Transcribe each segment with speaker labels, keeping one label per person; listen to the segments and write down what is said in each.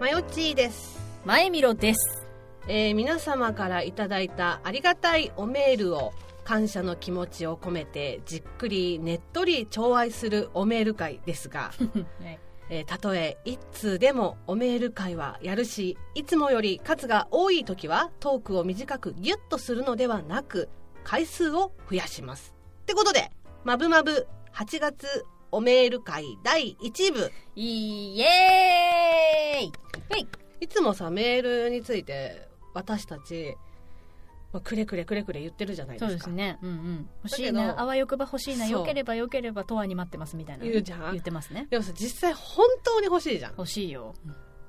Speaker 1: まよっちーです、
Speaker 2: 前見ろです。
Speaker 1: えー皆様からいただいたありがたいおメールを感謝の気持ちを込めてじっくりねっとり調愛するおメール会ですが、えーたとえ一通でもおメール会はやるしいつもより数が多い時はトークを短くギュッとするのではなく回数を増やしますってことで「まぶまぶ8月おメール会第1部」
Speaker 2: イエーイはい。
Speaker 1: いつもさメールについて私たち、まあ、くれくれくれくれ言ってるじゃないで
Speaker 2: そう
Speaker 1: すか
Speaker 2: ですね。うんうん。欲しい
Speaker 1: だけど
Speaker 2: な、あわよくば欲しいな、
Speaker 1: そう
Speaker 2: 良ければ良ければ、とわに待ってますみたいな。
Speaker 1: 言うじゃん
Speaker 2: 言ってますね。
Speaker 1: でもさ実際本当に欲しいじゃん
Speaker 2: 欲しいよ。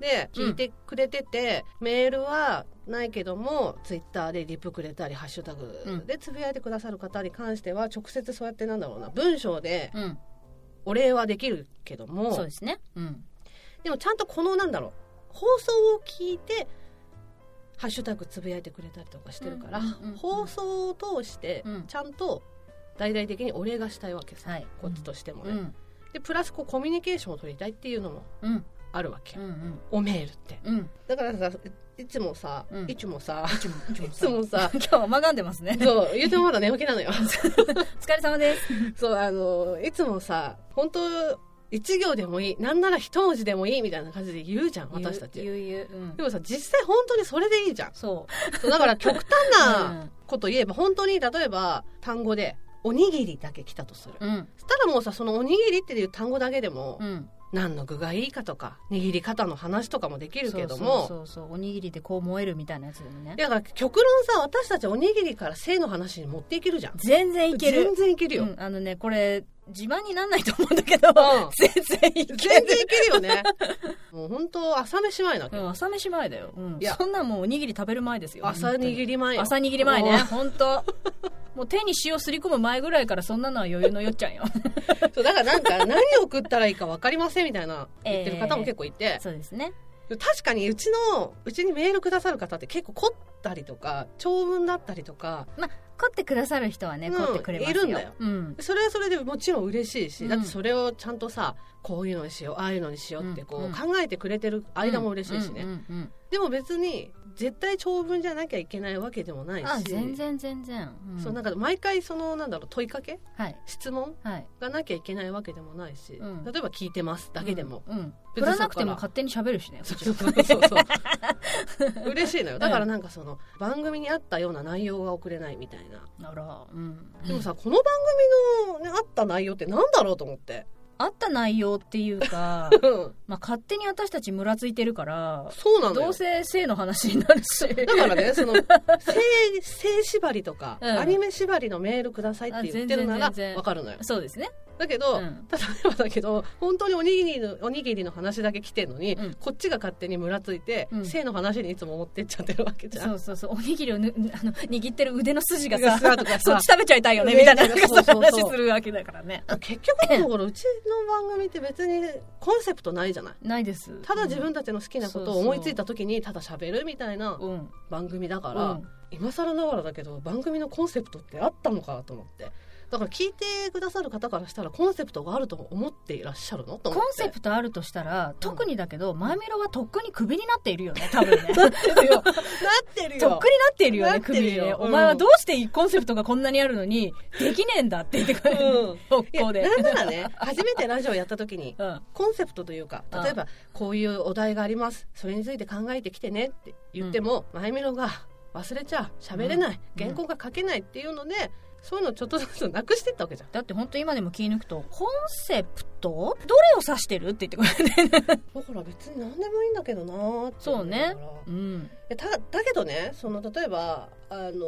Speaker 1: で
Speaker 2: うん
Speaker 1: 聞いてくれてて、メールはないけどもツイッターでリプくれたりハッシュタグでつぶやいてくださる方に関しては直接そうやってなんだろうな文章で
Speaker 2: うん。
Speaker 1: お礼はできるけども
Speaker 2: そうですね。うん。
Speaker 1: でもちゃんとこのなんだろう放送を聞いてハッシュタグつぶやいてくれたりとかしてるから、
Speaker 2: うんうんうんうん
Speaker 1: 放送を通して
Speaker 2: うん
Speaker 1: ちゃんと大々的にお礼がしたいわけさ、
Speaker 2: はい。
Speaker 1: こっちとしてもね、
Speaker 2: うん。
Speaker 1: でプラスこうコミュニケーションを取りたいっていうのも
Speaker 2: うん。
Speaker 1: あるわけ、
Speaker 2: うん。うん。
Speaker 1: おメールって
Speaker 2: うん。
Speaker 1: だからさいいつもさ、
Speaker 2: うん
Speaker 1: いつも さ
Speaker 2: いつも、い
Speaker 1: いつもさ
Speaker 2: 今日はまがんでますね。
Speaker 1: そう言うてもまだ寝起きなのよ
Speaker 2: お疲れ様です。
Speaker 1: そうあのいつもさ本当一行でもいいなんなら一文字でもいいみたいな感じで言うじゃん私た
Speaker 2: ゆ
Speaker 1: ち
Speaker 2: うゆうゆう。うん
Speaker 1: で。もさ実際本当にそれでいいじゃん
Speaker 2: そ
Speaker 1: そうだから極端
Speaker 2: う。
Speaker 1: なこと言えば本当に例えば単語で「おにぎり」だけ来たとする
Speaker 2: うん。うん。
Speaker 1: そしたらもうさその「おにぎり」っていう単語だけでも
Speaker 2: うん。
Speaker 1: 何の具がいいかとか握り方の話とかもできるけども
Speaker 2: そうそうそうそう。おにぎりでこう燃えるみたいなやつでもね。
Speaker 1: だから極論さ私たちおにぎりから性の話に持っていけるじゃん
Speaker 2: 全然いける。
Speaker 1: 全然いけるよ、
Speaker 2: うん、あのねこれ自慢になんないと思うんだけど、
Speaker 1: ん
Speaker 2: 全然いけ
Speaker 1: 全
Speaker 2: る
Speaker 1: 然いけるよね もう本当朝飯前なわけ、
Speaker 2: うん、朝飯前だよ、うん
Speaker 1: いや、
Speaker 2: そんなんもうおにぎり食べる前ですよ
Speaker 1: 朝握
Speaker 2: り
Speaker 1: り前よ
Speaker 2: 朝握り前
Speaker 1: も
Speaker 2: ね
Speaker 1: う
Speaker 2: 本当もう手に塩すり込む前ぐらいからそんなのは余裕のよっちゃんよ
Speaker 1: そうだからなんか何を送ったらいいか分かりませんみたいな言ってる方も結構いて、
Speaker 2: そうですね
Speaker 1: 確かにうちのうちにメールくださる方って結構凝ったりとか長文だったりとか
Speaker 2: 凝ってくださる人はね
Speaker 1: うん
Speaker 2: 凝ってくれますよ、
Speaker 1: いるんだよ
Speaker 2: うん
Speaker 1: それはそれでもちろん嬉しいし、
Speaker 2: うん
Speaker 1: だってそれをちゃんとさこういうのにしようああいうのにしようってこう、
Speaker 2: うん
Speaker 1: 考えてくれてる間も嬉しいしね、
Speaker 2: うんうんうん
Speaker 1: でも別に絶対長文じゃなきゃいけないわけでもないし
Speaker 2: あ全然全然、うん
Speaker 1: そうなんか毎回そのなんだろう問いかけ
Speaker 2: はい
Speaker 1: 質問
Speaker 2: はい
Speaker 1: がなきゃいけないわけでもないし、
Speaker 2: うん
Speaker 1: 例えば聞いてますだけでも、
Speaker 2: うん、うん振
Speaker 1: 別に
Speaker 2: ら
Speaker 1: そ
Speaker 2: な
Speaker 1: っ
Speaker 2: く
Speaker 1: か
Speaker 2: て
Speaker 1: ら
Speaker 2: も勝手に喋るしね
Speaker 1: そうそうそうそう 嬉しいのよだからなんかその番組に合ったような内容が送れないみたいな
Speaker 2: あらうん
Speaker 1: でもさこの番組の、ね、合った内容ってなんだろうと思って
Speaker 2: あった内容っていう か
Speaker 1: うん
Speaker 2: まあ勝手に私たちムラついてるから
Speaker 1: そうなの
Speaker 2: ど
Speaker 1: よ
Speaker 2: うせ性の話になるし
Speaker 1: だからねその性性縛りとか、
Speaker 2: うん
Speaker 1: アニメ縛りのメールくださいって言ってるな
Speaker 2: あ
Speaker 1: ら
Speaker 2: 全然全然
Speaker 1: わかるのよ
Speaker 2: そうですね
Speaker 1: だけど、
Speaker 2: うん
Speaker 1: 例えばだけど本当におにぎりのおにぎりの話だけ来てんのに、
Speaker 2: うん
Speaker 1: こっちが勝手にムラついて、
Speaker 2: うん
Speaker 1: 性の話にいつも持ってっちゃってるわけじゃん
Speaker 2: そうそうそうおにぎりをぬ あの握ってる腕の筋が
Speaker 1: が
Speaker 2: さ
Speaker 1: さとかさ
Speaker 2: そっち食べちゃいたいよねみたいな
Speaker 1: ねそうそうそう
Speaker 2: 話するわけだからね
Speaker 1: 結局のところうちの番組って別にコンセプトないじゃない
Speaker 2: ないです
Speaker 1: ただ自分たちの好きなことを思いついた時にただ喋るみたいな
Speaker 2: うんうん
Speaker 1: 番組だから、
Speaker 2: うん
Speaker 1: 今更ながらだけど番組のコンセプトってあったのかと思ってだから聞いてくださる方からしたらコンセプトがあると思っていらっしゃるのと
Speaker 2: コ
Speaker 1: 思って
Speaker 2: ンセプトあるとしたら特にだけどマイメロはとっくにクビになっているよね多 分ねとっく
Speaker 1: トよなってる
Speaker 2: に
Speaker 1: よ
Speaker 2: なっているよ
Speaker 1: な
Speaker 2: ね
Speaker 1: って
Speaker 2: ク
Speaker 1: るよ
Speaker 2: ビ
Speaker 1: う
Speaker 2: で、
Speaker 1: ん
Speaker 2: お前はどうしてコンセプトがこんなにあるのにできねえんだって言ってくれる、
Speaker 1: うん
Speaker 2: 速
Speaker 1: いや
Speaker 2: 攻で
Speaker 1: なんならね初めてラジオやった時に
Speaker 2: うん
Speaker 1: コンセプトというか
Speaker 2: うん
Speaker 1: 例えばこういうお題がありますそれについて考えてきてねって言っても、前見ろが忘れちゃう喋れない、
Speaker 2: うん
Speaker 1: 原稿が書けないっていうのでそういうのをちょっとずつなくしてったわけじゃん
Speaker 2: だって本当今でも気抜くと「コンセプトどれを指してる?」って言ってくれ
Speaker 1: だ
Speaker 2: て、
Speaker 1: から別に何でもいいんだけどなーって思いながら
Speaker 2: そ ううん、
Speaker 1: えただけどねその例えば、あの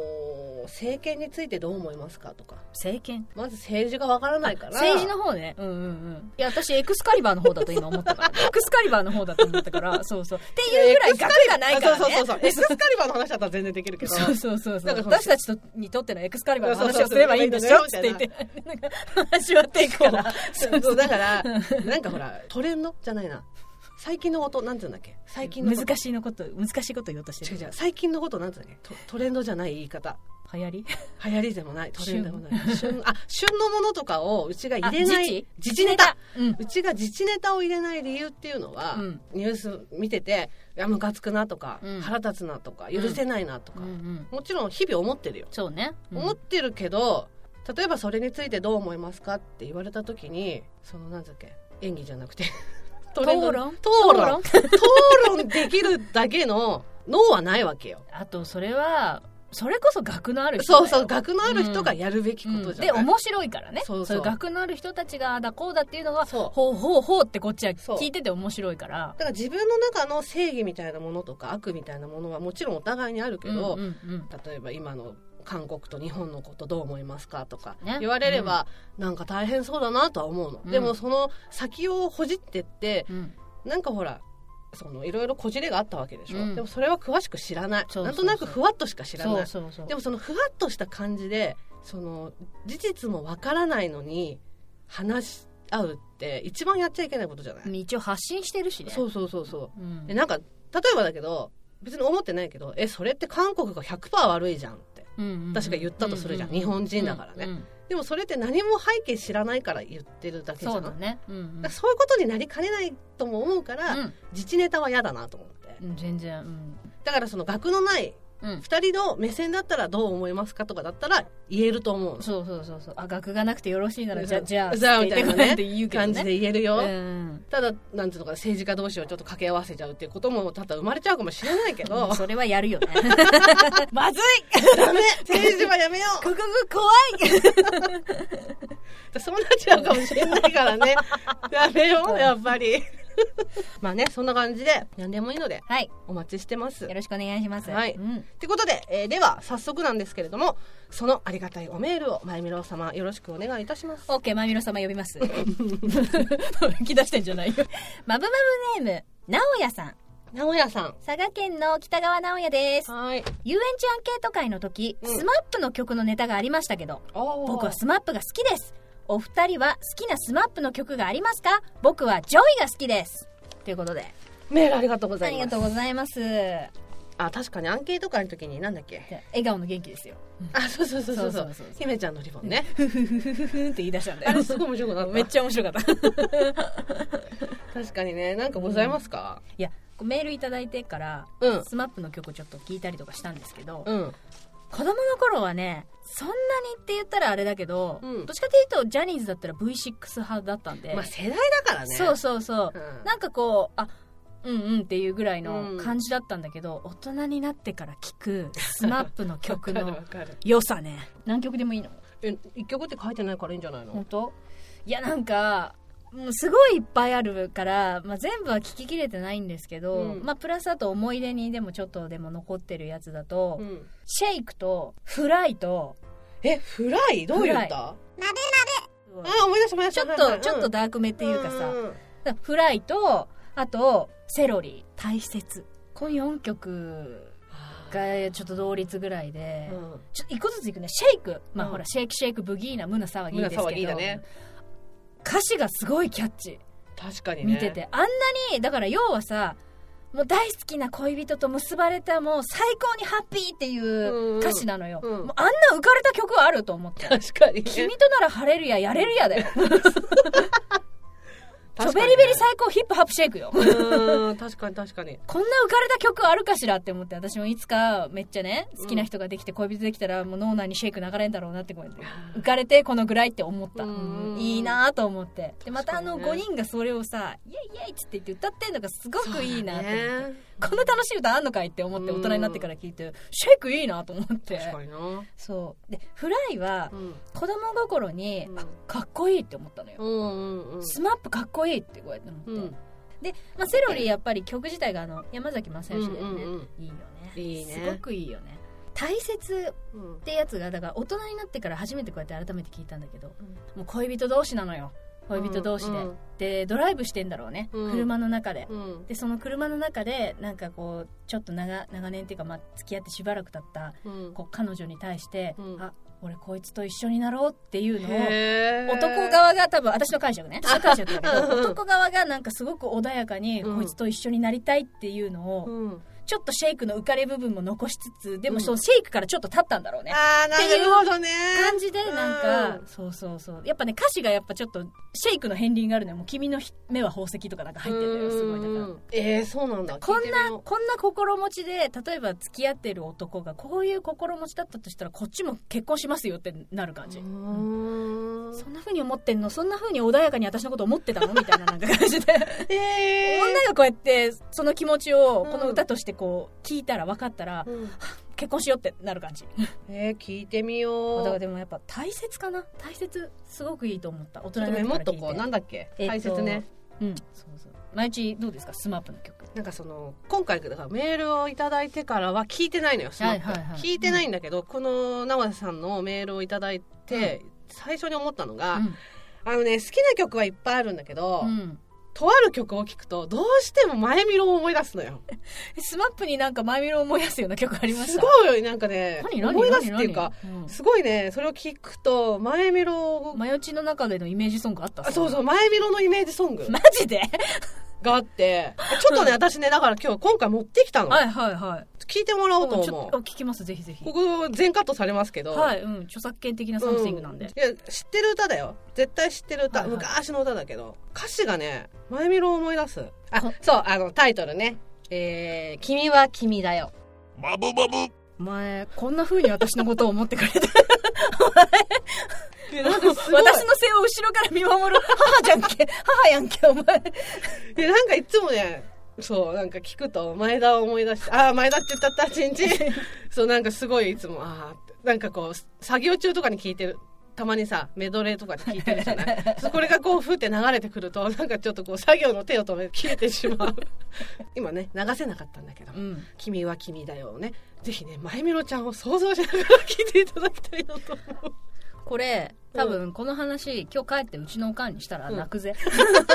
Speaker 1: ー政権についてどう思いますかとか
Speaker 2: 政権
Speaker 1: まず政治がわからないから
Speaker 2: 政治の方ねうんうんうんいや私エクスカリバーの方だと今思った から、エクスカリバーの方だと思ったからそうそうっていうぐらい額がないからね
Speaker 1: あそうそうそうそうエクスカリバーの話だったら全然できるけど
Speaker 2: そうそうそうそ
Speaker 1: だ
Speaker 2: う
Speaker 1: から
Speaker 2: 私たちとにとってのエクスカリバーの話をすればいいんでしょっつって言ってなんか話し合っていくから
Speaker 1: そ
Speaker 2: そうう
Speaker 1: そう
Speaker 2: そう
Speaker 1: だから なんかほらトレンドじゃないな最近のことなんて言うんだっけ最近のこと
Speaker 2: 難しいのこと難しいこと言おうとして
Speaker 1: 違う
Speaker 2: る
Speaker 1: 違う最近のことなんて言うんだっけトトレンドじゃない言い方
Speaker 2: 流流行り
Speaker 1: 流行りでもないトレンドでもない旬あ旬のものとかをうちが入れ
Speaker 2: あ
Speaker 1: な
Speaker 2: 自
Speaker 1: い
Speaker 2: 治
Speaker 1: 自治ネタ
Speaker 2: うん
Speaker 1: うちが自治ネタを入れない理由っていうのは、
Speaker 2: うん
Speaker 1: ニュース見てていやムカつくなとか、
Speaker 2: うん
Speaker 1: 腹立つなとか許せないなとか、
Speaker 2: うんうん
Speaker 1: もちろん日々思ってるよ、
Speaker 2: そうね、うん
Speaker 1: 思ってるけど例えばそれについてどう思いますかって言われた時にそのなんだっけ演技じゃなくて トレンド
Speaker 2: 討論
Speaker 1: 討論
Speaker 2: 討論
Speaker 1: 討論できるだけの脳はないわけよ
Speaker 2: あとそれはそれこそ学のある人だ
Speaker 1: そ
Speaker 2: よ
Speaker 1: うそう学のある人がやるべき
Speaker 2: うん
Speaker 1: ことじゃ
Speaker 2: で
Speaker 1: ない、
Speaker 2: 面白いからね
Speaker 1: そうそう
Speaker 2: い学のある人たちがああだこうだっていうのが
Speaker 1: そう
Speaker 2: ほうほうほうってこっちは
Speaker 1: そう
Speaker 2: 聞いてて面白いから
Speaker 1: だから自分の中の正義みたいなものとか悪みたいなものはもちろんお互いにあるけど、
Speaker 2: うんうんうん
Speaker 1: 例えば今の韓国と日本のことどう思いますかとか
Speaker 2: ね
Speaker 1: 言われれば、なんか大変そうだなとは思うの、
Speaker 2: うん
Speaker 1: でもその先をほじってって
Speaker 2: うん
Speaker 1: なんかほらそのいろいろこじれがあったわけでしょ、
Speaker 2: うん
Speaker 1: でもそれは詳しく知らない
Speaker 2: そうそうそう
Speaker 1: なんとなくふわっとしか知らない
Speaker 2: そうそうそう
Speaker 1: でもそのふわっとした感じでその事実もわからないのに話し合うって一番やっちゃいけないことじゃない、
Speaker 2: 一応発信してるしね
Speaker 1: そうそうそうそう
Speaker 2: う
Speaker 1: え
Speaker 2: ん
Speaker 1: なんか例えばだけど別に思ってないけどえそれって韓国が100%悪いじゃんって
Speaker 2: うんうんうん
Speaker 1: 確か言ったとするじゃん
Speaker 2: ううう
Speaker 1: 日本人だからね
Speaker 2: うんうん
Speaker 1: でもそれって何も背景知らないから言ってるだけじゃん
Speaker 2: そうだねうんうん
Speaker 1: だからそういうことになりかねないとも思うから、
Speaker 2: うん
Speaker 1: 自治ネタは嫌だなと思って
Speaker 2: うん全然うん
Speaker 1: だからその学のない
Speaker 2: うん
Speaker 1: 2人の目線だったらどう思いますかとかだったら言えると思う
Speaker 2: そうそうそうそうあ学がなくてよろしいならじゃあ
Speaker 1: そう
Speaker 2: じゃ あ
Speaker 1: じゃあみたいなね
Speaker 2: って言うけど
Speaker 1: 感
Speaker 2: ね
Speaker 1: じで言えるよ、
Speaker 2: うん
Speaker 1: ただなんていうのかな政治家同士をちょっと掛け合わせちゃうっていうことも多々生まれちゃうかもしれないけど
Speaker 2: う んそれはやるよねまずい
Speaker 1: ダメ政治はやめよう
Speaker 2: ここ怖い
Speaker 1: そうなっちゃうかもしれないから ね。やめよう、やっぱり。 まあね、そんな感じで、何でもいいので、
Speaker 2: はい
Speaker 1: お待ちしてます。っ
Speaker 2: よろしくお願いします
Speaker 1: はい
Speaker 2: うん
Speaker 1: てことで、えーでは、早速なんですけれども、そのありがたいおメールを、まゆみろう様、よろしくお願いいたします。
Speaker 2: オッケー、まみろ様呼びます。 吹き出してんじゃないよ。 まぶまぶネーム、なおやさん。
Speaker 1: 名古屋さ
Speaker 2: 佐賀県の北川直也です
Speaker 1: ん。。はい。
Speaker 2: 遊園地アンケート会の時、
Speaker 1: うん
Speaker 2: スマップの曲のネタがありましたけど、僕は
Speaker 1: 僕
Speaker 2: スマップが好きです。お二人は好きなスマップの曲がありますか僕はジョイが好きです。ということで、
Speaker 1: メールありがとうご
Speaker 2: あ
Speaker 1: ざい
Speaker 2: り
Speaker 1: ま
Speaker 2: が
Speaker 1: す。
Speaker 2: とうございます。じ
Speaker 1: あ、確かにアンケート会の時に、なんだっけ。
Speaker 2: ゃあ笑顔の元気ですよ。
Speaker 1: あ、そうそうそうそう。そ
Speaker 2: そううそうそうそう
Speaker 1: 姫ちゃんのリボンね。
Speaker 2: ふふふふふふんって言い出したん だ
Speaker 1: あ
Speaker 2: よ
Speaker 1: れ、。すごい面白くなった。
Speaker 2: めっちゃ面白かった。
Speaker 1: 確かにね、なんかございますか
Speaker 2: いやこうメールいただいてから、
Speaker 1: うん
Speaker 2: スマップの曲をちょっと聞いたりとかしたんですけど、
Speaker 1: うん。
Speaker 2: 子供の頃はねそんなにって言ったらあれだけど、
Speaker 1: うん
Speaker 2: どっちかというとジャニーズだったら V6 派だったんで、
Speaker 1: まあ、世代だからね。
Speaker 2: そうそうそう、
Speaker 1: うん
Speaker 2: なんかこうあうんうんっていうぐらい
Speaker 1: うん
Speaker 2: の感じだったんだけど、大人になってから聴 くスマップの曲
Speaker 1: わかる
Speaker 2: の
Speaker 1: わかる。
Speaker 2: 良さね何曲でもいいの
Speaker 1: え、一曲って書いてないからいいんじゃないの
Speaker 2: 本当いやなんかうんすごいいっぱいあるから、まあ、全部は聞ききれてないんですけど、
Speaker 1: うん
Speaker 2: まあ、プラスあと思い出にでもちょっとでも残ってるやつだと「
Speaker 1: うん
Speaker 2: シェイク」と「フライ」と
Speaker 1: えフライどういう歌
Speaker 2: フラ
Speaker 1: あ思い出した思い出し
Speaker 2: ちょ
Speaker 1: た
Speaker 2: っ
Speaker 1: はいはい
Speaker 2: と
Speaker 1: うん
Speaker 2: ちょっとダークめっていうかさ
Speaker 1: んん
Speaker 2: 「フライ」とあと「セロリ」「大切」この4曲がちょっと同率ぐらいで、
Speaker 1: うん
Speaker 2: ちょっと一個ずついくね「シェイク」まあ、
Speaker 1: うん
Speaker 2: ほら「シェイクシェイクブギーナ胸騒ぎ」
Speaker 1: 胸
Speaker 2: です
Speaker 1: 騒
Speaker 2: け
Speaker 1: ぎだ
Speaker 2: ど、
Speaker 1: ね
Speaker 2: 歌詞がすごいキャッチ
Speaker 1: 確かにね
Speaker 2: 見ててあんなにだから要はさもう大好きな恋人と結ばれたもう最高にハッピーってい
Speaker 1: んうん
Speaker 2: う歌詞なのよ、
Speaker 1: うん
Speaker 2: もうあんな浮かれた曲あると思って
Speaker 1: 確かにね
Speaker 2: 君となら晴れるややれるやだよちょ
Speaker 1: 確か
Speaker 2: べ
Speaker 1: にね
Speaker 2: りべり最高ヒップハップシェイク よこんな
Speaker 1: うん確かに確かに
Speaker 2: 浮かれた曲あるかしらって思って私もいつかめっちゃね好きな人ができて恋人できたらもう脳内にシェイク流れんだろうなってこうやって浮かれてこのぐらいって思った、
Speaker 1: うん
Speaker 2: うんいいなと思ってでまたあの
Speaker 1: 確か
Speaker 2: 5
Speaker 1: にね
Speaker 2: 人がそれをさ「イエイイエイ」っつって言って歌ってんのがすごくいいなと思って、
Speaker 1: ね
Speaker 2: こんな楽しい歌あんのかいって思って
Speaker 1: うん
Speaker 2: 大人になってから聞いてシェイクいいなと思って
Speaker 1: 確かにな
Speaker 2: そうでフライは
Speaker 1: うん
Speaker 2: 子供心に
Speaker 1: うん
Speaker 2: あかっこいいって思ったのよ
Speaker 1: うんうんうん
Speaker 2: スマップかっこいいってこうやって思って、
Speaker 1: うん
Speaker 2: で、まあ、セロリやっぱり曲自体があの山崎まさよしだよね、
Speaker 1: うんうん
Speaker 2: いいよね
Speaker 1: いいね
Speaker 2: すごくいいよね大切
Speaker 1: うん
Speaker 2: ってやつがだから大人になってから初めてこうやって改めて聞いたんだけどもう恋人同士なのよ恋人同士で、
Speaker 1: うん
Speaker 2: でドライブしてんだろうね、
Speaker 1: うん
Speaker 2: 車の中で、
Speaker 1: うん
Speaker 2: でその車の中でなんかこうちょっと長長年っていうか、まあ、付き合ってしばらく経った
Speaker 1: うん
Speaker 2: こう彼女に対して、
Speaker 1: うん
Speaker 2: あ俺こいつと一緒になろうっていうのを
Speaker 1: へー
Speaker 2: 男側が多分私の解釈ね私の解釈だけ
Speaker 1: うん
Speaker 2: ど男側がなんかすごく穏やかに、
Speaker 1: うん
Speaker 2: こいつと一緒になりたいっていうのを、
Speaker 1: うん
Speaker 2: ちょっとシェイクの浮かれ部分も残しつつ、でもそのシェイクからちょっと立ったんだろうね。
Speaker 1: ああ、なるほどね。
Speaker 2: 感じでなんか、
Speaker 1: う
Speaker 2: そうそうそうやっぱね歌詞がやっぱちょっとシェイクの片鱗があるのよもう君のひ目は宝石とかなんか入ってるのよすごいだから。
Speaker 1: ええそうなんだ。
Speaker 2: こん
Speaker 1: 聞いてみ
Speaker 2: な
Speaker 1: よう
Speaker 2: こんな心持ちで例えば付き合ってる男がこういう心持ちだったとしたらこっちも結婚しますよってなる感じ、
Speaker 1: う
Speaker 2: うん
Speaker 1: ーん
Speaker 2: そんな風に思ってんのそんな風に穏やかに私のこと思ってたのみたいななんか感じで
Speaker 1: え
Speaker 2: 女がこうやってその気持ちをこの歌としてこう聞いたら分かったら
Speaker 1: ーうん
Speaker 2: 結婚しようってなる感じ
Speaker 1: えー聞いてみよ
Speaker 2: だ
Speaker 1: う。
Speaker 2: から
Speaker 1: ち
Speaker 2: でもやっぱ大切かな大切すごくいいと思った大人
Speaker 1: ょっ
Speaker 2: に
Speaker 1: とメ
Speaker 2: なてか
Speaker 1: モ
Speaker 2: ら
Speaker 1: っと
Speaker 2: 聞い
Speaker 1: こう。
Speaker 2: て
Speaker 1: なんだっけ
Speaker 2: えっと
Speaker 1: 大切ね。
Speaker 2: うんそうそう毎日どうですかスマップの曲
Speaker 1: なんかその今回だからメールをいただいてからは聞いてないのよ、スマップ
Speaker 2: はいはいはい
Speaker 1: 聞いてないんだけど、この直瀬さんのメールをいただいて、最初に思ったのが、あのね好きな曲はいっぱいあるんだけど、
Speaker 2: うんうん
Speaker 1: とある曲を聴くとどうしても前見ろを思い出すのよ
Speaker 2: えスマップになんか前見ろ思い出すような曲ありました
Speaker 1: すごいなんかね
Speaker 2: 何何
Speaker 1: 思い出すっていうか、
Speaker 2: 何何
Speaker 1: すごいねそれを聞くと前見ろ
Speaker 2: う
Speaker 1: を
Speaker 2: ん、マヨチの中でのイメージソングあった
Speaker 1: あそうそうう前見ろのイメージソング
Speaker 2: マジで
Speaker 1: があってちょっとね私ねだから今日今回持ってきたの
Speaker 2: はいはいはい
Speaker 1: 聞いてもらおうと
Speaker 2: ち
Speaker 1: 思
Speaker 2: ょ
Speaker 1: う
Speaker 2: っとあ聞きますぜひぜひ
Speaker 1: ここ全カットされますけど
Speaker 2: はい、うん、著作権的なサムシングなんで
Speaker 1: う、いや知ってる歌だよ絶対知ってる歌、
Speaker 2: はいはい
Speaker 1: 昔の歌だけど歌詞がね前見ろを思い出すあ
Speaker 2: こ
Speaker 1: そうあのタイトルねえー君は君だよ
Speaker 3: マブマブ
Speaker 2: お前こんな風に私のことを思ってくれ た
Speaker 1: なんかすごい
Speaker 2: 私の背を後ろから見守る母じゃん け母やんけお前
Speaker 1: でなんかいつもねそうなんか聞くと前田を思い出してああ前田って言ったったちん ちんそうなんかすごいいつもああなんかこう作業中とかに聞いてるたまにさメドレーとかで聞いてるじゃない そうこれがこうふって流れてくるとなんかちょっとこう作業の手を止め切れてし まう今ね流せなかったんだけど
Speaker 2: うん
Speaker 1: 「君は君だよ」をねぜひねまゆみろちゃんを想像しながら聞いていただきたいなと思う
Speaker 2: これ
Speaker 1: うん
Speaker 2: 多分この話今日帰ってうちのおかんにしたら
Speaker 1: うん
Speaker 2: 泣くぜ、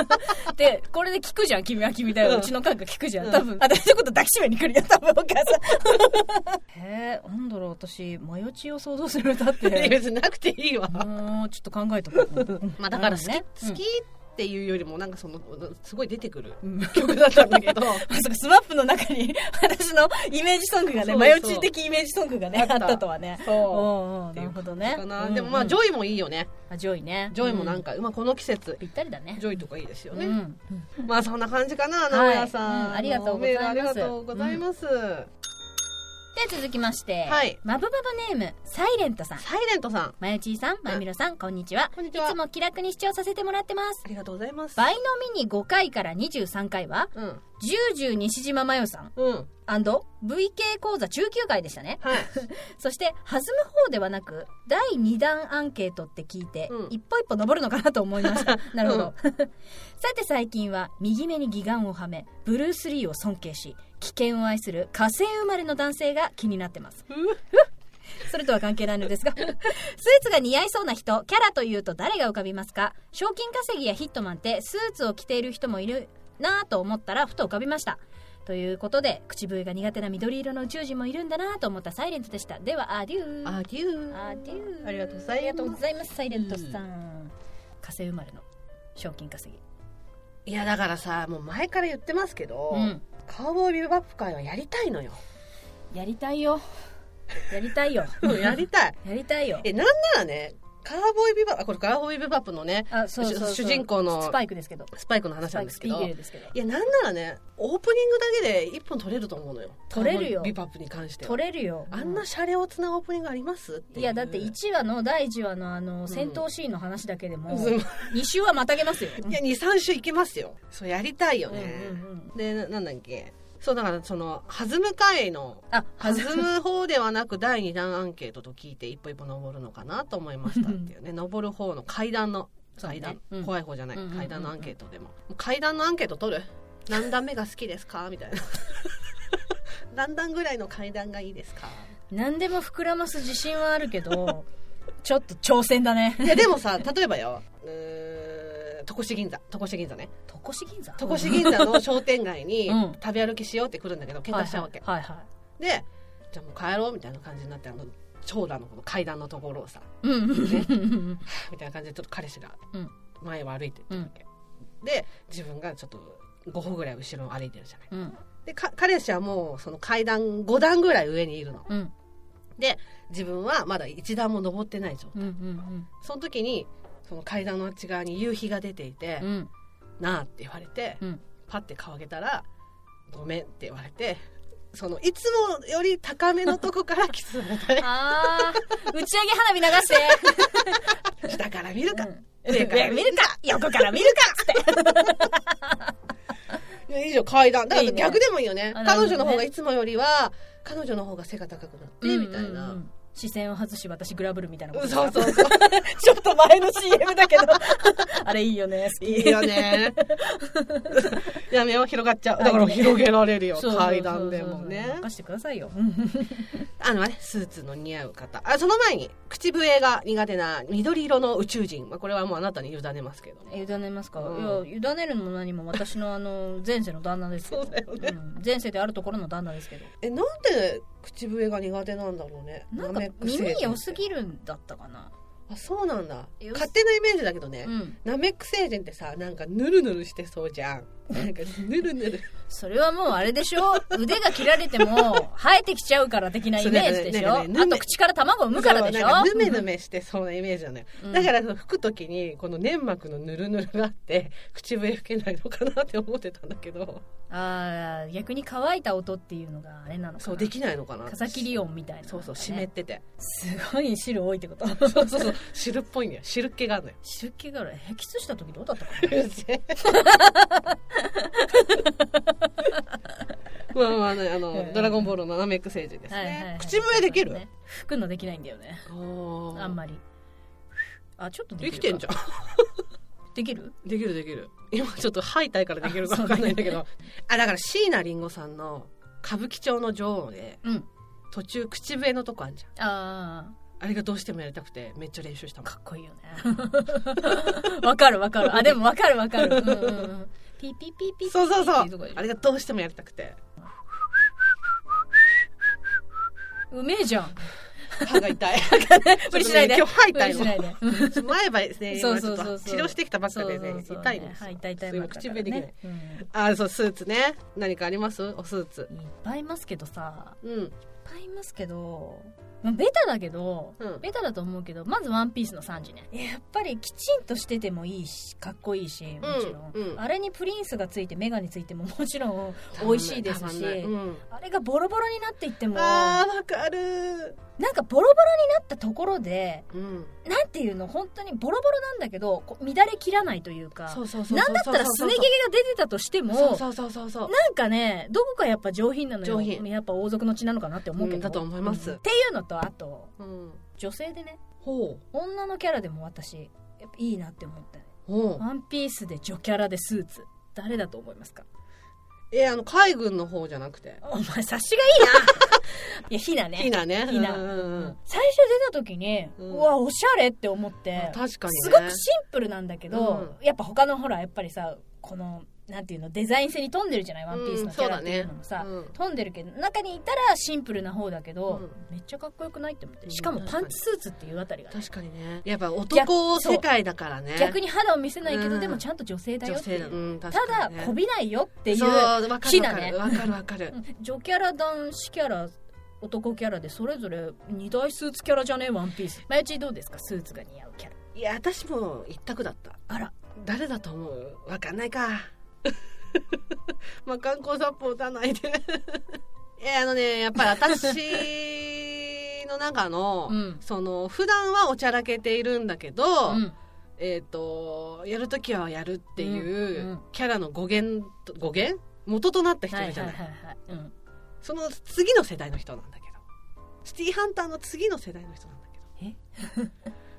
Speaker 2: でこれで聞くじゃん君は君だよ、
Speaker 1: う
Speaker 2: うんちのおかんが聞くじゃん、
Speaker 1: うん
Speaker 2: 多分私のこと抱きしめに来るよ多分お母さ んへえなんだろう私マヨチを想像する歌っ
Speaker 1: 別になくていいわ、
Speaker 2: もうちょっと考えとこう
Speaker 1: まあ、だから好き,、
Speaker 2: なるほ
Speaker 1: 好
Speaker 2: どね
Speaker 1: きっていうよりもなんかそのすごい出てくる
Speaker 2: うんうん
Speaker 1: 曲だったんだけ ど
Speaker 2: まさかスマップの中に 私のイメージソングが
Speaker 1: そう
Speaker 2: ね
Speaker 1: そう
Speaker 2: マヨチ的イメージソングがね
Speaker 1: あ
Speaker 2: あ
Speaker 1: っ
Speaker 2: ったたとはね
Speaker 1: そ
Speaker 2: おうおうなるほどね
Speaker 1: かな、
Speaker 2: うんうん
Speaker 1: でもまあジョイもいいよね
Speaker 2: あジョイね
Speaker 1: ジョイもなん
Speaker 2: か、
Speaker 1: か、まあこの季節
Speaker 2: ぴったりだね
Speaker 1: ジョイとかいいですよね、
Speaker 2: うん
Speaker 1: まあそんな感じかな直哉さん、
Speaker 2: はいうんありがとうござい
Speaker 1: メー
Speaker 2: ます
Speaker 1: ルありがとうございます、
Speaker 2: で続きまして、
Speaker 1: はい
Speaker 2: マブマブネームサイレントさん
Speaker 1: サイレントさん
Speaker 2: まゆちーさんまゆみろさんこんにちは
Speaker 1: こんにちはい
Speaker 2: つも気楽に視聴させてもらってます
Speaker 1: ありがとうございます
Speaker 2: 倍のミニ5回から23回は
Speaker 1: うん
Speaker 2: 十十西島まよさん
Speaker 1: うん
Speaker 2: &VK 講座中級回でしたね
Speaker 1: はい
Speaker 2: そして弾む方ではなく第2弾アンケートって聞いて、
Speaker 1: うん
Speaker 2: 一歩一歩登るのかなと思い ましたなるほ
Speaker 1: う
Speaker 2: ど さて最近は右目に義眼をはめブルース・リーを尊敬し危険を愛する火星生まれの男性が気になってますそれとは関係ないのですがスーツが似合いそうな人キャラというと誰が浮かびますか賞金稼ぎやヒットマンってスーツを着ている人もいるなぁと思ったらふと浮かびましたということで口笛が苦手な緑色の宇宙人もいるんだなぁと思ったサイレントでしたではアデュー
Speaker 1: アデュー
Speaker 2: アデュー
Speaker 1: ありがとうございます
Speaker 2: ありがとうございますサイレントさん火星生まれの賞金稼ぎ
Speaker 1: いやだからさもう前から言ってますけど、
Speaker 2: うん
Speaker 1: カウボーイビバップ会はやりたいのよ
Speaker 2: やりたい よやりたいよ
Speaker 1: やりたい
Speaker 2: やりたいよ
Speaker 1: えなんならねカウボーイビバップこれカウボーイビバップのね
Speaker 2: あそうそうそう
Speaker 1: 主人公の
Speaker 2: スパイクですけど
Speaker 1: スパイクの話
Speaker 2: ス
Speaker 1: な
Speaker 2: パ
Speaker 1: ん
Speaker 2: イ
Speaker 1: で
Speaker 2: ク
Speaker 1: す
Speaker 2: ス
Speaker 1: け
Speaker 2: ピー
Speaker 1: ど
Speaker 2: ゲルですけど
Speaker 1: いやなんならねオープニングだけで一本取れると思うのよ
Speaker 2: 取れるよ
Speaker 1: ビバップに関しては
Speaker 2: 取れるよ
Speaker 1: あんなシャレオツなオープニングありますってい
Speaker 2: いやだって1話の第1話のあの
Speaker 1: ん
Speaker 2: 戦闘シーンの話だけでも
Speaker 1: うん
Speaker 2: 2週はまたげますよ。
Speaker 1: いや23週いけますよそうやりたいよ
Speaker 2: うんうん
Speaker 1: ね、
Speaker 2: うん
Speaker 1: でななんだっけそうだからその弾む会の
Speaker 2: あ
Speaker 1: 弾
Speaker 2: はず
Speaker 1: む方ではなく第2弾アンケートと聞いて一歩一歩登るのかなと思いましたっていうね登る方の階段の
Speaker 2: そう
Speaker 1: 階
Speaker 2: ね
Speaker 1: 段、
Speaker 2: うん
Speaker 1: 怖い方じゃない、
Speaker 2: うんうんうんうん
Speaker 1: 階段のアンケートでも階段のアンケート取る何段目が好きですかみたいな 何段ぐらいの階段がいいですか
Speaker 2: 何でも膨らます自信はある けどちょっと挑戦だね。
Speaker 1: いやでもさ例えばようーん戸越銀座戸越銀座ね
Speaker 2: とこし銀座
Speaker 1: 戸越銀座の商店街に
Speaker 2: うん
Speaker 1: 食べ歩きしようって来るんだけど喧嘩しちゃうわけ、
Speaker 2: はいはいはいは
Speaker 1: でじゃあもう帰ろうみたいな感じになってあの長蛇のこの階段のところをさ
Speaker 2: い。うんうん
Speaker 1: ね
Speaker 2: うん
Speaker 1: みたいな感じでちょっと彼氏が
Speaker 2: うん
Speaker 1: 前を歩いてったわけ、で自分がちょっと5歩ぐらい後ろを歩いてるじゃない
Speaker 2: うん
Speaker 1: でか彼氏はもうその階段5段ぐらい上にいるの
Speaker 2: うん
Speaker 1: で自分はまだ1段も登ってない状態
Speaker 2: うんうん
Speaker 1: その時にその階段のあっち側に夕日が出ていて
Speaker 2: うんうん
Speaker 1: 「なあ」って言われて
Speaker 2: うん
Speaker 1: パッて顔上げたら「ごめん」って言われてそのいつもより高めのとこからキスされたね
Speaker 2: あー打ち上げ花火流して
Speaker 1: 下から見るか、
Speaker 2: うん
Speaker 1: 上から
Speaker 2: 見
Speaker 1: 見
Speaker 2: る
Speaker 1: る
Speaker 2: か横から見るかって
Speaker 1: いやいいじゃん階段だか
Speaker 2: いい
Speaker 1: ら
Speaker 2: ね
Speaker 1: 逆でもいいよね
Speaker 2: あなるほ
Speaker 1: 彼女
Speaker 2: どね
Speaker 1: の方がいつもよりは彼女の方が背が高くなってみたいな、
Speaker 2: うんうんうん視線を外し私グラブルみたいなこと
Speaker 1: そうそうそう
Speaker 2: ちょっと前の CM だけど あれいいよね好き
Speaker 1: いいよねいや目を広がっちゃうだから広げられるよ
Speaker 2: そうそうそうそう
Speaker 1: 階段でもね
Speaker 2: 任してくださいよ
Speaker 1: あのねスーツの似合う方あその前に口笛が苦手な緑色の宇宙人、まあ、これはもうあなたに委ねますけども
Speaker 2: 委ねますか、
Speaker 1: うん
Speaker 2: いや委ねるのも何も私のあの 前世の旦那ですけど
Speaker 1: そうだよね
Speaker 2: ん前世であるところの旦那ですけど
Speaker 1: えなんで口笛が苦手なんだろうね
Speaker 2: なんか
Speaker 1: ナメック星人
Speaker 2: 耳
Speaker 1: って
Speaker 2: 良すぎるんだったかな
Speaker 1: あそうなんだ
Speaker 2: よし
Speaker 1: 勝手なイメージだけどね、
Speaker 2: うん
Speaker 1: ナメック星人ってさなんかヌルヌルしてそうじゃんなんかヌルヌル
Speaker 2: それはもうあれでしょ腕が切られ ても生えてきちゃうから的なイメージでしょ、
Speaker 1: そうだねなんかね
Speaker 2: あと口から卵産むからでし
Speaker 1: そ
Speaker 2: ょ
Speaker 1: うなんかヌメヌメしてそうなイメージなのよ、
Speaker 2: うん
Speaker 1: だからその吹く時にこの粘膜のヌルヌルがあって口笛吹けないのかなって思ってたんだけど
Speaker 2: あー逆に乾いた音っていうのがあれなのかな
Speaker 1: そうできないのかな
Speaker 2: 風切り音みたいな、
Speaker 1: そうそう湿
Speaker 2: なんか
Speaker 1: って
Speaker 2: ね
Speaker 1: て
Speaker 2: すごい汁多いってこと
Speaker 1: そうそうそう汁っぽいんだよ汁っ気があ るのよ
Speaker 2: 汁気があるへきつした時どうだったか
Speaker 1: うるせえまあまあねあの「ドラゴンボール」のナメック星人です
Speaker 2: な、はいはいは
Speaker 1: ね
Speaker 2: い
Speaker 1: 口笛でき
Speaker 2: そうだ
Speaker 1: る
Speaker 2: ね吹くのできないんだよねあ
Speaker 1: あ
Speaker 2: ん
Speaker 1: んま
Speaker 2: まりあちょっとで
Speaker 1: で
Speaker 2: き
Speaker 1: きて
Speaker 2: るか
Speaker 1: んじゃん
Speaker 2: できる
Speaker 1: できるできる今ちょっとハイタイからできるか分かんないんだけどあだから椎名林檎さんの歌舞伎町の女王で
Speaker 2: うん
Speaker 1: 途中口笛のとこあんじゃん
Speaker 2: あ
Speaker 1: あれがどうしてもやりたくてめっちゃ練習した
Speaker 2: あ
Speaker 1: もん
Speaker 2: かっこいいよねわかるわかるあでもわかるわか る、うんうんうん、ピピピピ
Speaker 1: そうそう
Speaker 2: っ
Speaker 1: そ
Speaker 2: ていうとこで
Speaker 1: う
Speaker 2: しょ
Speaker 1: あれがどうしてもやりたくて
Speaker 2: うめえじゃ ん
Speaker 1: 歯が 痛い
Speaker 2: 無理しないで
Speaker 1: ちょっとね今日歯
Speaker 2: 無
Speaker 1: 痛
Speaker 2: 理
Speaker 1: い
Speaker 2: し
Speaker 1: の
Speaker 2: ない で
Speaker 1: 前歯ですね
Speaker 2: そう
Speaker 1: 今ち
Speaker 2: そ
Speaker 1: ょ
Speaker 2: う
Speaker 1: っと
Speaker 2: そうそう
Speaker 1: 治療してきたばっかで
Speaker 2: そう
Speaker 1: ね
Speaker 2: そうそう
Speaker 1: 痛いんです
Speaker 2: はい痛い痛い
Speaker 1: そう
Speaker 2: 前
Speaker 1: 今
Speaker 2: だからね
Speaker 1: 口笛できない
Speaker 2: うん
Speaker 1: あそうスーツね何かありますおスーツ
Speaker 2: いっぱいいますけどさ
Speaker 1: うん
Speaker 2: いっぱいいますけど、まあベタだけど、
Speaker 1: うん
Speaker 2: ベタだと思うけどまず「ワンピースの3時ねやっぱりきちんとしててもいいしかっこいいしもちろん、
Speaker 1: うんうん
Speaker 2: あれにプリンスがついてメガについてももちろん美味しいです
Speaker 1: たまん
Speaker 2: し、
Speaker 1: ないうん
Speaker 2: あれがボロボロになっていってもな
Speaker 1: あーわかる
Speaker 2: んかボロボロになったところで
Speaker 1: うん
Speaker 2: なんていうの本当にボロボロなんだけどこう乱れ切らないというか
Speaker 1: そうそうそうそう
Speaker 2: なんだったらすね毛が出てたとしても
Speaker 1: そうそうそうそうそう
Speaker 2: なんかねどこかやっぱ上品なのよ
Speaker 1: 上品
Speaker 2: やっぱ王族の血なのかなって思うけど、
Speaker 1: うんだと思います
Speaker 2: うんっていうのとあと
Speaker 1: うん
Speaker 2: 女性でね
Speaker 1: ほ
Speaker 2: 女のキャラでも私やっぱいいなって思ったね
Speaker 1: うほう
Speaker 2: ワンピースで女キャラでスーツ誰だと思いますか
Speaker 1: えあの海軍の方じゃなくて
Speaker 2: お前察しがいいな いやひなね
Speaker 1: ひなね
Speaker 2: ひな
Speaker 1: うんうんうん
Speaker 2: 最初出た時に、う
Speaker 1: うん
Speaker 2: わおしゃれって思って
Speaker 1: あ確かにね
Speaker 2: すごくシンプルなんだけど、やっぱ他のほらやっぱりさこのなんていうのデザイン性に富んでるじゃないワンピースのキャラっていうのもさ、
Speaker 1: うんそうだねうん
Speaker 2: 富んでるけど中にいたらシンプルな方だけど、
Speaker 1: う
Speaker 2: めっちゃかっこよくないって思って
Speaker 1: うん
Speaker 2: しかもパンツスーツっていうあたりがね、
Speaker 1: 確かにねやっぱ男世界だからね
Speaker 2: 逆に肌を見せないけど、
Speaker 1: うん
Speaker 2: でもちゃんと女性だよ
Speaker 1: 女
Speaker 2: って
Speaker 1: 性
Speaker 2: いう
Speaker 1: だうん
Speaker 2: た
Speaker 1: 確か
Speaker 2: だ
Speaker 1: にね
Speaker 2: こびないよっていう
Speaker 1: そうわか
Speaker 2: ひ
Speaker 1: る
Speaker 2: な
Speaker 1: わ
Speaker 2: ね
Speaker 1: かるわかるわかる
Speaker 2: うん女キャラ男子キャラ男キャラでそれぞれ二大スーツキャラじゃねえワンピース毎日どうですかスーツが似合うキャラ
Speaker 1: いや私も一択だった
Speaker 2: あら
Speaker 1: 誰だと思うわかんないか まあ観光サポ打た ないでいやあのねやっぱり私の中の、
Speaker 2: うん
Speaker 1: その普段はおちゃらけているんだけど、
Speaker 2: うん
Speaker 1: えっ、とやるときはやるってい
Speaker 2: うんう
Speaker 1: うんキャラの語源と語源元となった人いるじゃない,、
Speaker 2: はいはいはいはいうん
Speaker 1: その次の世代の人なんだけどシティーハンターの次の世代の人なんだけど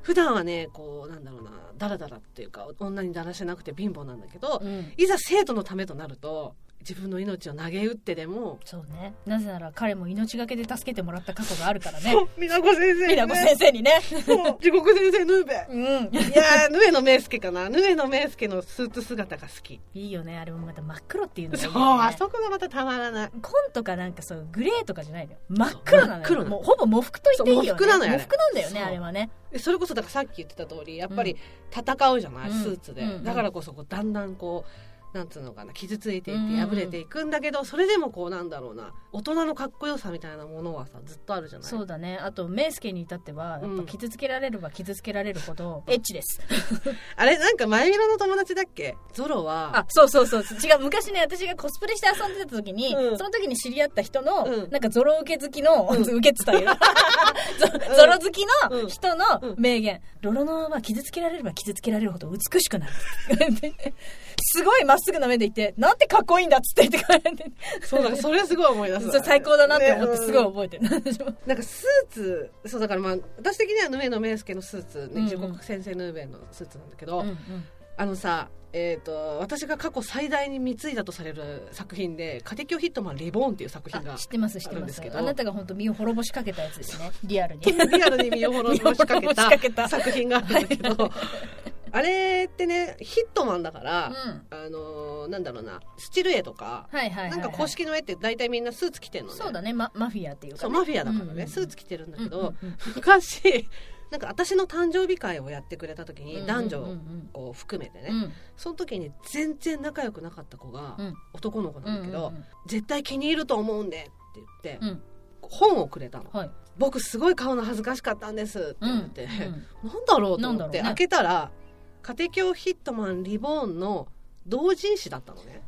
Speaker 1: 普段はねこうなんだろうなダラダラっていうか女にだらしなくて貧乏なんだけど、
Speaker 2: うん
Speaker 1: いざ生徒のためとなると自分の命を投げ打ってでも、
Speaker 2: そうねなぜなら彼も命がけで助けてもらった過去があるからね
Speaker 1: そう美奈子先生
Speaker 2: 美奈子先生にね
Speaker 1: 生地獄先生ヌーベ
Speaker 2: うん
Speaker 1: いやーヌエの名介かなヌエの名介のスーツ姿が好き、
Speaker 2: いいよねあれもまた真っ黒っていうのがいい
Speaker 1: そう
Speaker 2: よね
Speaker 1: あそこがまたたまらない
Speaker 2: 紺とかなんかそうグレーとかじゃないのよ真っ黒なのよ
Speaker 1: 真っ黒なの
Speaker 2: もうほぼ喪服と言っていいよ、ね、
Speaker 1: そう喪服なのよあれ
Speaker 2: 喪服なんだよね
Speaker 1: そう
Speaker 2: あれはね
Speaker 1: でそれこそだからさっき言ってた通りやっぱり戦うじゃない、
Speaker 2: うん
Speaker 1: スーツで、
Speaker 2: うん
Speaker 1: だからこそこうだんだんこうなんつうのかな傷ついていって破れていくんだけど、それでもこうなんだろうな大人のかっこよさみたいなものはさずっとあるじゃない
Speaker 2: そうだねあとメイスケに至ってはやっぱ傷つけられれば傷つけられるほどエッチです、
Speaker 1: あれなんか前ミロの友達だっけゾロは
Speaker 2: あそうそうそう違う昔ね私がコスプレして遊んでた時に、
Speaker 1: うん
Speaker 2: その時に知り合った人の、
Speaker 1: うん
Speaker 2: なんかゾロ受け好きの、
Speaker 1: うん
Speaker 2: 受けって言った よゾゾロ好き
Speaker 1: うん
Speaker 2: の人の
Speaker 1: うん
Speaker 2: 名言「ロロノアは傷つけられれば傷つけられるほど美しくなる」 すごいまっすぐな目で言って「なんてかっこいいんだ」っつって言ってからね
Speaker 1: そうだからそれすごい思い出すわ
Speaker 2: そう最高だなって思って
Speaker 1: ね
Speaker 2: すごい覚えてる、
Speaker 1: なんかスーツそうだからまあ私的には上野明介のスーツ、
Speaker 2: う
Speaker 1: ね
Speaker 2: んうん
Speaker 1: 中国先生の上野のスーツなんだけど、
Speaker 2: うんうん
Speaker 1: あのさえー、と私が過去最大に貢いだとされる作品で「カテキョヒットマンリボーン」っていう作品
Speaker 2: あ
Speaker 1: が
Speaker 2: 知ってます知っ
Speaker 1: あ
Speaker 2: て
Speaker 1: るん
Speaker 2: ま
Speaker 1: ですすけど
Speaker 2: あなたが本当身を滅ぼしかけたやつですねリアルに
Speaker 1: リアルに身を滅ぼしか
Speaker 2: 身を滅ぼし
Speaker 1: け
Speaker 2: かけ
Speaker 1: た
Speaker 2: た
Speaker 1: 作品があるんだけどあれってねヒットマンだから、
Speaker 2: うん
Speaker 1: あのーなんだろうなスチル絵とか、
Speaker 2: はいはいはいはい、
Speaker 1: なんか公式の絵って大体みんなスーツ着てんのね
Speaker 2: そうだね、ま、マフィアっていうか、ね、
Speaker 1: そうマフィアだからね、
Speaker 2: うんうん
Speaker 1: スーツ着てるんだけど、
Speaker 2: うんうんうん
Speaker 1: 昔なんか私の誕生日会をやってくれた時に男
Speaker 2: うんうん
Speaker 1: 女
Speaker 2: うん
Speaker 1: こう含めてね、
Speaker 2: うんうん
Speaker 1: その時に全然仲良くなかった子が、
Speaker 2: うん
Speaker 1: 男の子なんだけど、
Speaker 2: うんうん
Speaker 1: 絶対気に入ると思うんでって言って、
Speaker 2: うん
Speaker 1: 本をくれたの
Speaker 2: はい、
Speaker 1: 僕すごい買うの恥ずかしかったんですって
Speaker 2: うん
Speaker 1: 言って、
Speaker 2: うん
Speaker 1: なんだろうと
Speaker 2: なん
Speaker 1: 思
Speaker 2: だ
Speaker 1: っ
Speaker 2: ろう
Speaker 1: て
Speaker 2: ね
Speaker 1: 開けたら「家庭教ヒットマンリボーン」の同人誌だったの ね。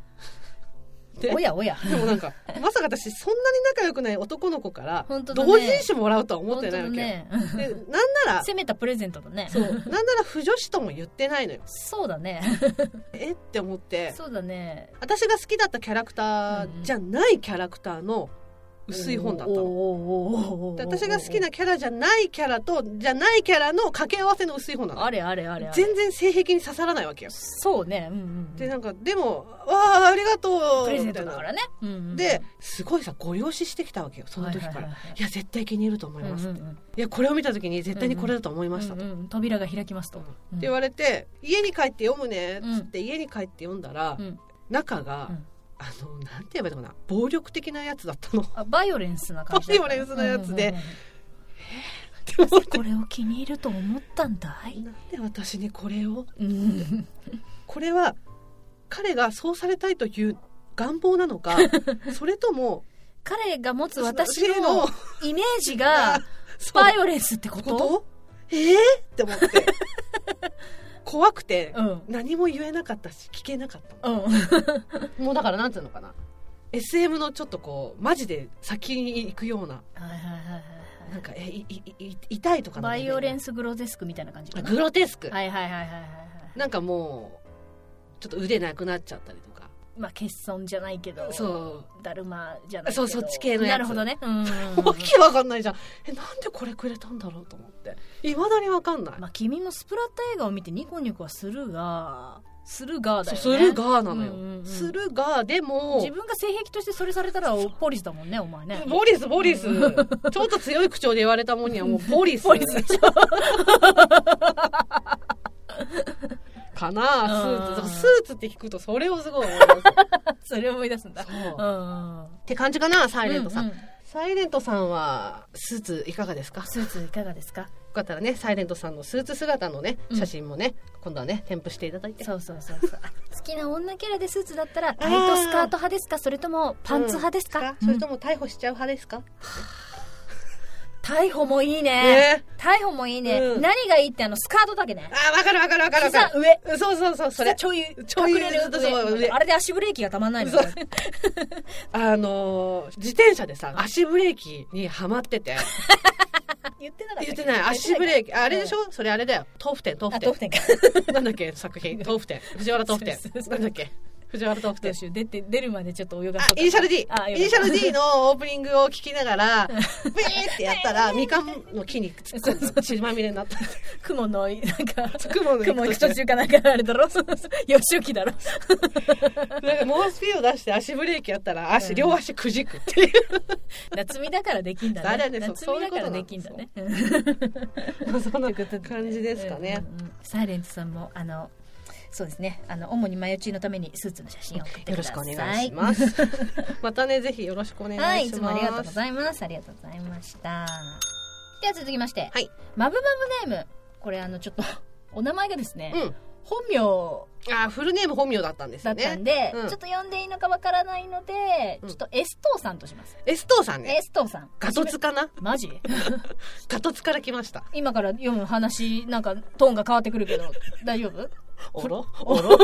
Speaker 1: で
Speaker 2: おやおや
Speaker 1: でもなんかまさか私そんなに仲良くない男の子から
Speaker 2: 本当だね
Speaker 1: 同人誌もらうとは 思ってないわけ、
Speaker 2: ね
Speaker 1: でなんなら
Speaker 2: 攻めたプレゼントだね
Speaker 1: そうなんなら不女子とも言ってないのよ
Speaker 2: そうだね
Speaker 1: えって思って
Speaker 2: そうだね
Speaker 1: 私が好きだったキャラクターじゃないキャラクターの薄い本だったの、
Speaker 2: の
Speaker 1: で私が好きなキャラじゃないキャラとじゃないキャラの掛け合わせの薄い本なの
Speaker 2: あれあれあれあれ
Speaker 1: 全然性癖に刺さらないわけよ
Speaker 2: そうねうんうん
Speaker 1: でなんかでも「わあありがとう」
Speaker 2: プレゼン
Speaker 1: みた
Speaker 2: ト
Speaker 1: い
Speaker 2: だか
Speaker 1: な
Speaker 2: らね、うんうん、
Speaker 1: ですごいさご用意してきたわけよその時から、
Speaker 2: はいいはいはいはい
Speaker 1: や絶対気に入ると思います、
Speaker 2: うんうんうん
Speaker 1: いやこれを見た時に絶対にこれだと思いましたと、
Speaker 2: うんうん扉が開きますと、
Speaker 1: うん
Speaker 2: うん
Speaker 1: って言われて「家に帰って読むね」っつって家に帰って読んだら、
Speaker 2: うん
Speaker 1: 中が、
Speaker 2: うん
Speaker 1: あのなんて言えばいいのかな暴力的なやつだったのっ
Speaker 2: あバイオレンスな感じだった
Speaker 1: バイオレンスなやつで
Speaker 2: うんうんうん
Speaker 1: て思って
Speaker 2: これを気に入ると思ったんだい、
Speaker 1: なんで私にこれを
Speaker 2: うん、
Speaker 1: これは彼がそうされたいという願望なの かそれとも
Speaker 2: 彼が持つ私
Speaker 1: 私
Speaker 2: の
Speaker 1: の
Speaker 2: イメー ジが
Speaker 1: そう
Speaker 2: バイオレンスってこ
Speaker 1: こととえー、って思って 怖くて、
Speaker 2: うん
Speaker 1: 何も言えなかったし聞けなかったの
Speaker 2: うん
Speaker 1: もうだからなんていうのかな SM のちょっとこうマジで先に行くようななんかえいいいい痛いとかの
Speaker 2: バ
Speaker 1: レベ
Speaker 2: イ
Speaker 1: ル
Speaker 2: オレンスグロテスクみたいな感じかな
Speaker 1: グロテスク、
Speaker 2: はいはいはいはいはいはい
Speaker 1: なんかもうちょっと腕なくなっちゃったりとか
Speaker 2: まあ欠損じゃないけど
Speaker 1: そう
Speaker 2: だるまじゃないけど
Speaker 1: そうそっち系のやつ
Speaker 2: なるほどねうん うんうん
Speaker 1: わけわかんないじゃんえなんでこれくれたんだろうと思っていまだにわかんない、
Speaker 2: まあ君もスプラッタ映画を見てニコニコはするがするがだよ
Speaker 1: そうす
Speaker 2: ね
Speaker 1: るがなのよ、
Speaker 2: うんうんうん
Speaker 1: するがでも
Speaker 2: 自分が性癖としてそれされたらおポリスだ もんねお前ね
Speaker 1: ボリスボリス、ちょっと強い口調で言われたもんにはもうボリス
Speaker 2: ポリス
Speaker 1: かなスー
Speaker 2: うん
Speaker 1: ツスーツって聞くとそれをすごい思います
Speaker 2: それを思い出すんだ
Speaker 1: そう
Speaker 2: うん
Speaker 1: って感じかなサイレントさん、
Speaker 2: うんうん
Speaker 1: サイレントさんはスーツいかがですか
Speaker 2: スーツいかがですか
Speaker 1: よかったらねサイレントさんのスーツ姿のね
Speaker 2: うん
Speaker 1: 写真もね、今度はね添付していただいて
Speaker 2: そうそうそうそう好きな女キャラでスーツだったらタイトスカート派ですかそれともパンツ派ですか、
Speaker 1: それと
Speaker 2: も
Speaker 1: も逮捕しちゃう派ですか、
Speaker 2: 逮捕もいいね
Speaker 1: ね
Speaker 2: 逮捕もいいね、
Speaker 1: うん
Speaker 2: 何がいいってあのスカートだけね
Speaker 1: ああわかるわかるわかるわかる上そうそうそうそ
Speaker 2: それ
Speaker 1: れ
Speaker 2: ちょい
Speaker 1: ちょい
Speaker 2: 隠れる
Speaker 1: ずっとそう上
Speaker 2: 上あれで足ブレーキがたまんないの
Speaker 1: そうあのー自転車でさ足ブレーキにはまってて
Speaker 2: 言ってなかった
Speaker 1: 言ってない足ブレ
Speaker 2: ー
Speaker 1: ーキ
Speaker 2: キ
Speaker 1: あれでしょ、それあれだよ豆腐店豆
Speaker 2: あ
Speaker 1: 腐
Speaker 2: 豆腐
Speaker 1: 店
Speaker 2: 店か
Speaker 1: なんだっけ作品豆腐店藤原豆腐店
Speaker 2: そうそうそう
Speaker 1: なんだっけ藤原豆腐
Speaker 2: どう
Speaker 1: 店
Speaker 2: しよう出て出るまでちょっと泳が
Speaker 1: あ
Speaker 2: そう
Speaker 1: イニシャル D
Speaker 2: あよかった
Speaker 1: イニシャル D のオープニングを聞きなが らビーってやった らみかんの木に突っ込んだ血まみれになった
Speaker 2: 雲のなんか
Speaker 1: 雲の行
Speaker 2: 雲
Speaker 1: く
Speaker 2: 行
Speaker 1: 途
Speaker 2: く途
Speaker 1: 中
Speaker 2: 中かなんかあれだろ 吉 行だろ
Speaker 1: なんか猛スピード出して足ブレーキやったら足、両足くじくっていう
Speaker 2: 夏みだからできんだね
Speaker 1: あれはねそう
Speaker 2: 夏みだからできんだねう ん
Speaker 1: そんな感じです かね、
Speaker 2: うんうんうんサイレントさんもあのそうですねあの主にマヨチーのためにスーツの写真を送って
Speaker 1: よろ
Speaker 2: くだ
Speaker 1: し
Speaker 2: さい
Speaker 1: くお願いします またねぜひよろしくお願いします
Speaker 2: はいいつもありがとうございますありがとうございましたでは続きまして
Speaker 1: はい
Speaker 2: マブマブネームこれあのちょっと お名前がですね、
Speaker 1: うん
Speaker 2: 本名
Speaker 1: あーフルネーム本名だったんです
Speaker 2: だ
Speaker 1: よ
Speaker 2: っ
Speaker 1: ね
Speaker 2: たんで、
Speaker 1: うん
Speaker 2: ちょっと呼んでいいのかわからないので、
Speaker 1: うん
Speaker 2: ちょっとエストーさんとします、
Speaker 1: エストーさんね
Speaker 2: エストーさん
Speaker 1: ガトツかな
Speaker 2: マジ
Speaker 1: ガトツから来ました
Speaker 2: 今から読む話なんかトーンが変わってくる けど大丈夫
Speaker 1: おろお ろ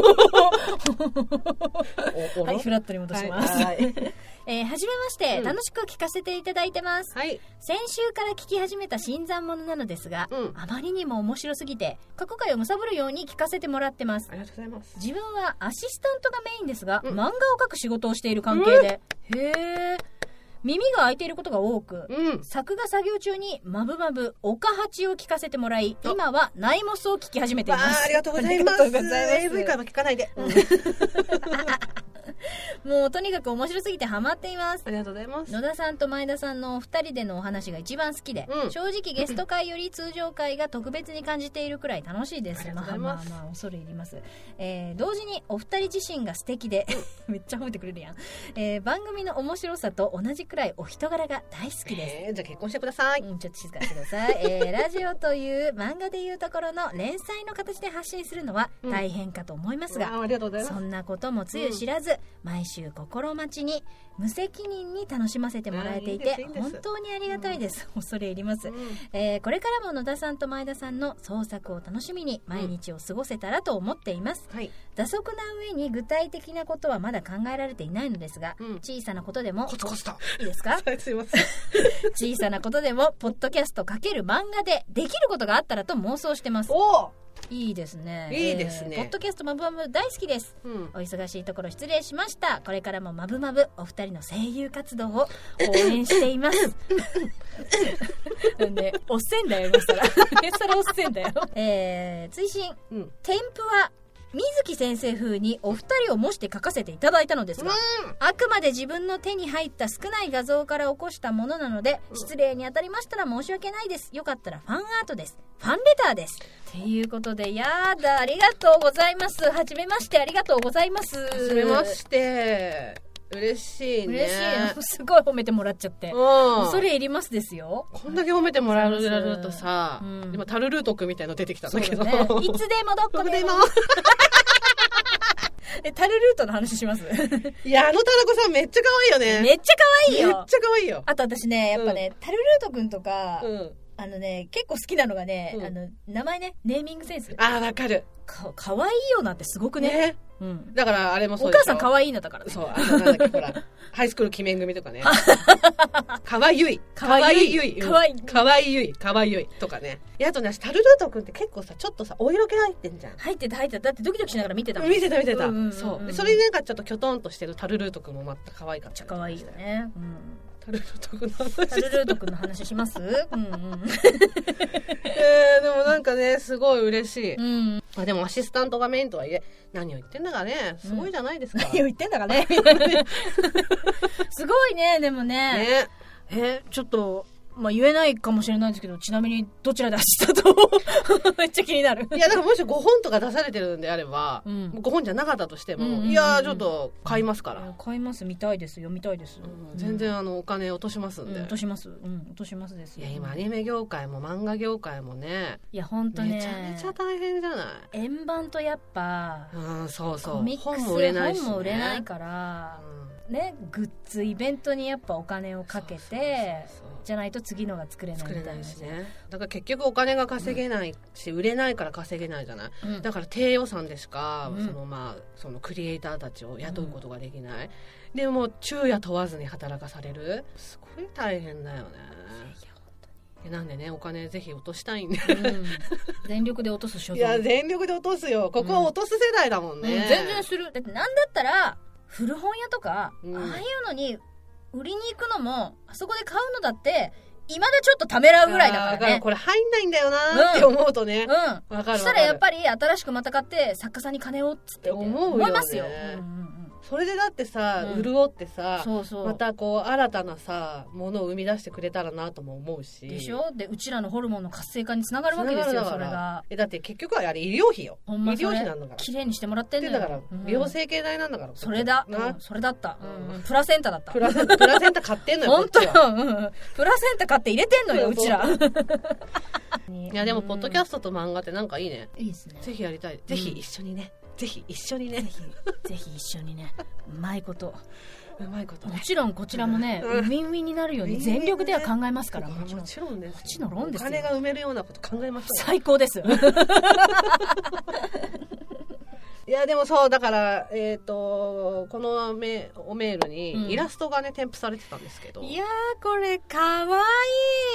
Speaker 1: おおろ
Speaker 2: はいフラットに戻します、
Speaker 1: はいはい
Speaker 2: えーはじめまして、
Speaker 1: うん
Speaker 2: 楽しく聞かせていただいてます
Speaker 1: はい
Speaker 2: 先週から聞き始めた新参者なのですが、
Speaker 1: うん
Speaker 2: あまりにも面白すぎて過去回を貪るように聞かせてもらってます
Speaker 1: ありがとうございます
Speaker 2: 自分はアシスタントがメインですが、
Speaker 1: うん
Speaker 2: 漫画を描く仕事をしている関係で、へえ耳が開いていることが多く、
Speaker 1: うん
Speaker 2: 作画作業中にまぶまぶ岡八を聞かせてもらい
Speaker 1: あ
Speaker 2: 今はナイモスを聞き始めてい
Speaker 1: わ
Speaker 2: ま
Speaker 1: あ
Speaker 2: す
Speaker 1: ありがとうございます
Speaker 2: ありがとうございます
Speaker 1: AV からも聞かないで、あ
Speaker 2: もうとにかく面白すぎてハマっています
Speaker 1: りがとうございます
Speaker 2: 野田さんと前田さんのお二人でのお話が一番好きで、
Speaker 1: うん
Speaker 2: 正直ゲスト会より通常会が特別に感じているくらい楽しいです
Speaker 1: ありが
Speaker 2: ま
Speaker 1: とう
Speaker 2: あ
Speaker 1: ござい
Speaker 2: ま
Speaker 1: ま
Speaker 2: あ
Speaker 1: す
Speaker 2: まあ恐れ入ります、えー同時にお二人自身が素敵で めっちゃ褒めてくれるやん、えー番組の面白さと同じくらいお人柄が大好きです、
Speaker 1: えーじゃあ結婚してください、
Speaker 2: うん、ちょっと静かにしてください、え ーラジオという漫画でいうところの連載の形で発信するのは大変かと思いますが、
Speaker 1: わあありがとうござい
Speaker 2: そ
Speaker 1: ます
Speaker 2: んなこともつゆ知らず、毎週心待ちに無責任に楽しませてもらえていて
Speaker 1: あーいいですいいです
Speaker 2: 本当にありがたいです、恐れ入ります、
Speaker 1: うん
Speaker 2: えーこれからも野田さんと前田さんの創作を楽しみに毎日を過ごせたらと思っています、
Speaker 1: はい
Speaker 2: 打足な上に具体的なことはまだ考えられていないのですが、
Speaker 1: うん
Speaker 2: 小さなことでも
Speaker 1: コツコツ と
Speaker 2: いいですか
Speaker 1: はいすいません
Speaker 2: 小さなことでもポッドキャスト×漫画でできることがあったらと妄想してます
Speaker 1: おお、
Speaker 2: いいですね
Speaker 1: いいですね
Speaker 2: えーポッドキャストマブマブ大好きです
Speaker 1: うん
Speaker 2: お忙しいところ失礼しましたこれからもマブマブお二人の声優活動を応援しています なんでおっせんだよ今更 今更おっせんだよえー、追伸
Speaker 1: うん、
Speaker 2: 添付は水木先生風にお二人を模して書かせていただいたのですが、あくまで自分の手に入った少ない画像から起こしたものなので失礼に当たりましたら申し訳ないですよかったらファンアートですファンレターですということでやだありがとうございますはじめましてありがとうございますは
Speaker 1: 初めまして嬉しいね
Speaker 2: 嬉しい すごい褒めてもらっちゃって
Speaker 1: うん
Speaker 2: 恐れ入りますですよ
Speaker 1: こんだけ褒めてもらえるとさ、
Speaker 2: うん
Speaker 1: 今タルルートくんみたいの出てきたんだけど
Speaker 2: そうだねいつでもどこ
Speaker 1: 僕
Speaker 2: で
Speaker 1: で
Speaker 2: も
Speaker 1: も
Speaker 2: えタルルートの話しますめっ
Speaker 1: いやあのタラコさんめっちゃ可愛いよね
Speaker 2: ちゃ可愛い
Speaker 1: めっ
Speaker 2: よ
Speaker 1: ちゃ可愛いよ
Speaker 2: あと私ねやっぱね、タルルートくんとか、
Speaker 1: うん
Speaker 2: あのね結構好きなのがね、
Speaker 1: うん
Speaker 2: あの名前ねネーミングセンス
Speaker 1: ああわかる
Speaker 2: かかわいいよなってすごくね
Speaker 1: ね
Speaker 2: うん、
Speaker 1: だからあれもそ
Speaker 2: お
Speaker 1: うでしょ
Speaker 2: 母さんかわいいのだからね
Speaker 1: そうあのなんだっけほ らハイスクール記念組と かね可愛い可
Speaker 2: 可愛い可愛
Speaker 1: 愛い
Speaker 2: い
Speaker 1: 可愛い可愛いとかねいやあとね私タルルートくんって結構さちょっとさお色気入ってんじゃん
Speaker 2: 入ってた入ってただってドキドキしながら見てたもんめっ
Speaker 1: 見てた見てた、
Speaker 2: うんうんうんうん
Speaker 1: そうでそれでなんかちょっとキョトンとしてるタルルートくんもまた可愛かった
Speaker 2: ちゃ
Speaker 1: りと
Speaker 2: か
Speaker 1: か
Speaker 2: わ
Speaker 1: し
Speaker 2: いい
Speaker 1: て
Speaker 2: よね、うん、
Speaker 1: タルルートくんの
Speaker 2: タ
Speaker 1: 話
Speaker 2: ルルートくんの話します うんうん
Speaker 1: えー、でもなんかねすごい嬉しい、
Speaker 2: うん
Speaker 1: あでもアシスタントがメインとはいえ何を言ってんだかねすごいじゃないです か、
Speaker 2: 言ってんだかねすごいねでもね
Speaker 1: ね
Speaker 2: えちょっとまあ言えないかもしれないですけどちなみにどちらで走ったと めっちゃ気になる
Speaker 1: いやだからもし5本とか出されてるんであれば、
Speaker 2: う
Speaker 1: 五
Speaker 2: ん
Speaker 1: 5本じゃなかったとしても、
Speaker 2: うんうんうんうん
Speaker 1: いやーちょっと買いますから、
Speaker 2: 買います見たいです読みたいです、
Speaker 1: うん全然あのお金落としますんで、
Speaker 2: うん、落とします。うん、落としますです。
Speaker 1: いや今アニメ業界も漫画業界もね
Speaker 2: いや、本当ね。
Speaker 1: めちゃめちゃ大変じゃな
Speaker 2: 円盤とやっぱ、
Speaker 1: いうんそうそう
Speaker 2: コミックス
Speaker 1: 本も売れないし、ね、
Speaker 2: 本も売れないから、ね、グッズ、イベントにやっぱお金をかけて、
Speaker 1: そうそうそうそう
Speaker 2: じゃないと次のが作れない
Speaker 1: 作
Speaker 2: み
Speaker 1: れ
Speaker 2: た
Speaker 1: ないい
Speaker 2: な
Speaker 1: し。ねだから結局お金が稼げないし、売れないから稼げないじゃない
Speaker 2: うん
Speaker 1: だから低予算でしか、
Speaker 2: うん
Speaker 1: そのまあそのクリエイターたちを雇うことができない、でも昼夜問わずに働かされるすごい大変だよねいやなんでねお金ぜひ落としたいんで
Speaker 2: いやうん全力で落とす所
Speaker 1: い
Speaker 2: 存。
Speaker 1: や全力で落とすよここは落とす世代だもんね、
Speaker 2: うん全然する。だってなんだったら、古本屋とか、
Speaker 1: うん
Speaker 2: ああいうのに売りに行くのも、あそこで買うのだって、いまだちょっとためらうぐらいだから
Speaker 1: あー
Speaker 2: ね。
Speaker 1: これ入んないんだよなーって思うとね、
Speaker 2: うん。
Speaker 1: わかるわかる
Speaker 2: そしたらやっぱり新しくまた買って作家さんに金をっつって言って
Speaker 1: 思うよね
Speaker 2: 思いますよ、うんうんうん、
Speaker 1: それでだってさ、
Speaker 2: うん
Speaker 1: 潤ってさ
Speaker 2: そうそう
Speaker 1: またこう新たなさものを生み出してくれたらなとも思うし
Speaker 2: でしょでうちらのホルモンの活性化につながるわけですよ
Speaker 1: つな
Speaker 2: そ
Speaker 1: がる
Speaker 2: れ
Speaker 1: だから
Speaker 2: が
Speaker 1: えだって結局はあれ医療費よ
Speaker 2: ほんま
Speaker 1: 医
Speaker 2: そ
Speaker 1: 療
Speaker 2: れ
Speaker 1: 費なんだから
Speaker 2: 綺麗にしてもらってん
Speaker 1: で
Speaker 2: の
Speaker 1: だから
Speaker 2: よ、うん
Speaker 1: 美容整形代なんだから
Speaker 2: それだ、
Speaker 1: な
Speaker 2: うんそれだった、うん
Speaker 1: う
Speaker 2: プラセンタだった
Speaker 1: プラセン プラセンタ買ってんのよ
Speaker 2: 本当
Speaker 1: こっちは
Speaker 2: よ、うんうんプラセンタ買って入れてんのよ
Speaker 1: そ
Speaker 2: う
Speaker 1: うそう
Speaker 2: ちら
Speaker 1: いやでもポッドキ
Speaker 2: ス
Speaker 1: ャストと漫画ってなんかいいね
Speaker 2: トいいですね
Speaker 1: ぜひやりたいぜひ一緒にね、ぜひ一緒にね
Speaker 2: ぜひぜひ一緒にねうまいこと
Speaker 1: うまいこと
Speaker 2: も
Speaker 1: ね
Speaker 2: ちろんこちらもね、
Speaker 1: うん
Speaker 2: ウィンウィンになるように全力では考えますからも
Speaker 1: も
Speaker 2: ち
Speaker 1: ち
Speaker 2: ろん
Speaker 1: ろんですも
Speaker 2: ちろんですよ
Speaker 1: お金が埋めるようなこと考えましょ
Speaker 2: 最高です
Speaker 1: ういやでもそうだからえっ、とこのメおメール
Speaker 2: うん
Speaker 1: にイラストがね添付されてたんですけど、
Speaker 2: い
Speaker 1: や
Speaker 2: やーこれかわ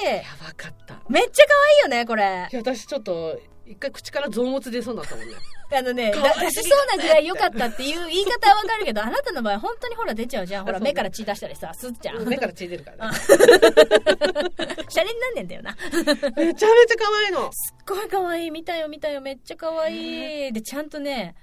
Speaker 2: いい
Speaker 1: ばかったい
Speaker 2: めっちゃ可愛いよねこれ
Speaker 1: や私ちょっと一回口から臓物出そうになったも んね
Speaker 2: あのねだ
Speaker 1: 可愛い
Speaker 2: 出しそうなぐらい良かったっていう言い方はわかるけどあなたの場合本当にほら出ちゃう じゃんほら
Speaker 1: あそうね
Speaker 2: 目から血出したりさすっちゃんシャ
Speaker 1: 目から血出るからね
Speaker 2: レになんねんだよな
Speaker 1: めちゃめちゃ可愛いの
Speaker 2: すっごい可愛い見たよ見たよめっちゃ可愛いでちゃんとね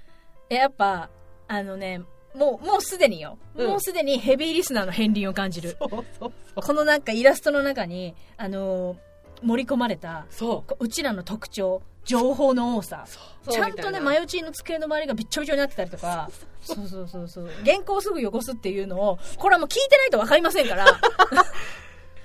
Speaker 2: えやっぱあのねもうもうすでによ、
Speaker 1: うん
Speaker 2: もうすでにヘビーリスナーの片鱗を感じる
Speaker 1: そうそうそう
Speaker 2: このなんかイラストの中にあのー盛り込まれた
Speaker 1: そう
Speaker 2: こううちらの特徴情報の多さ
Speaker 1: そう
Speaker 2: ちゃんと
Speaker 1: みた
Speaker 2: ね
Speaker 1: いな
Speaker 2: 前打ちの机の周りがびっちょびちょになってたりとかそうそうそうそう原稿をすぐ汚すっていうのをこれはもう聞いてないと分かりませんから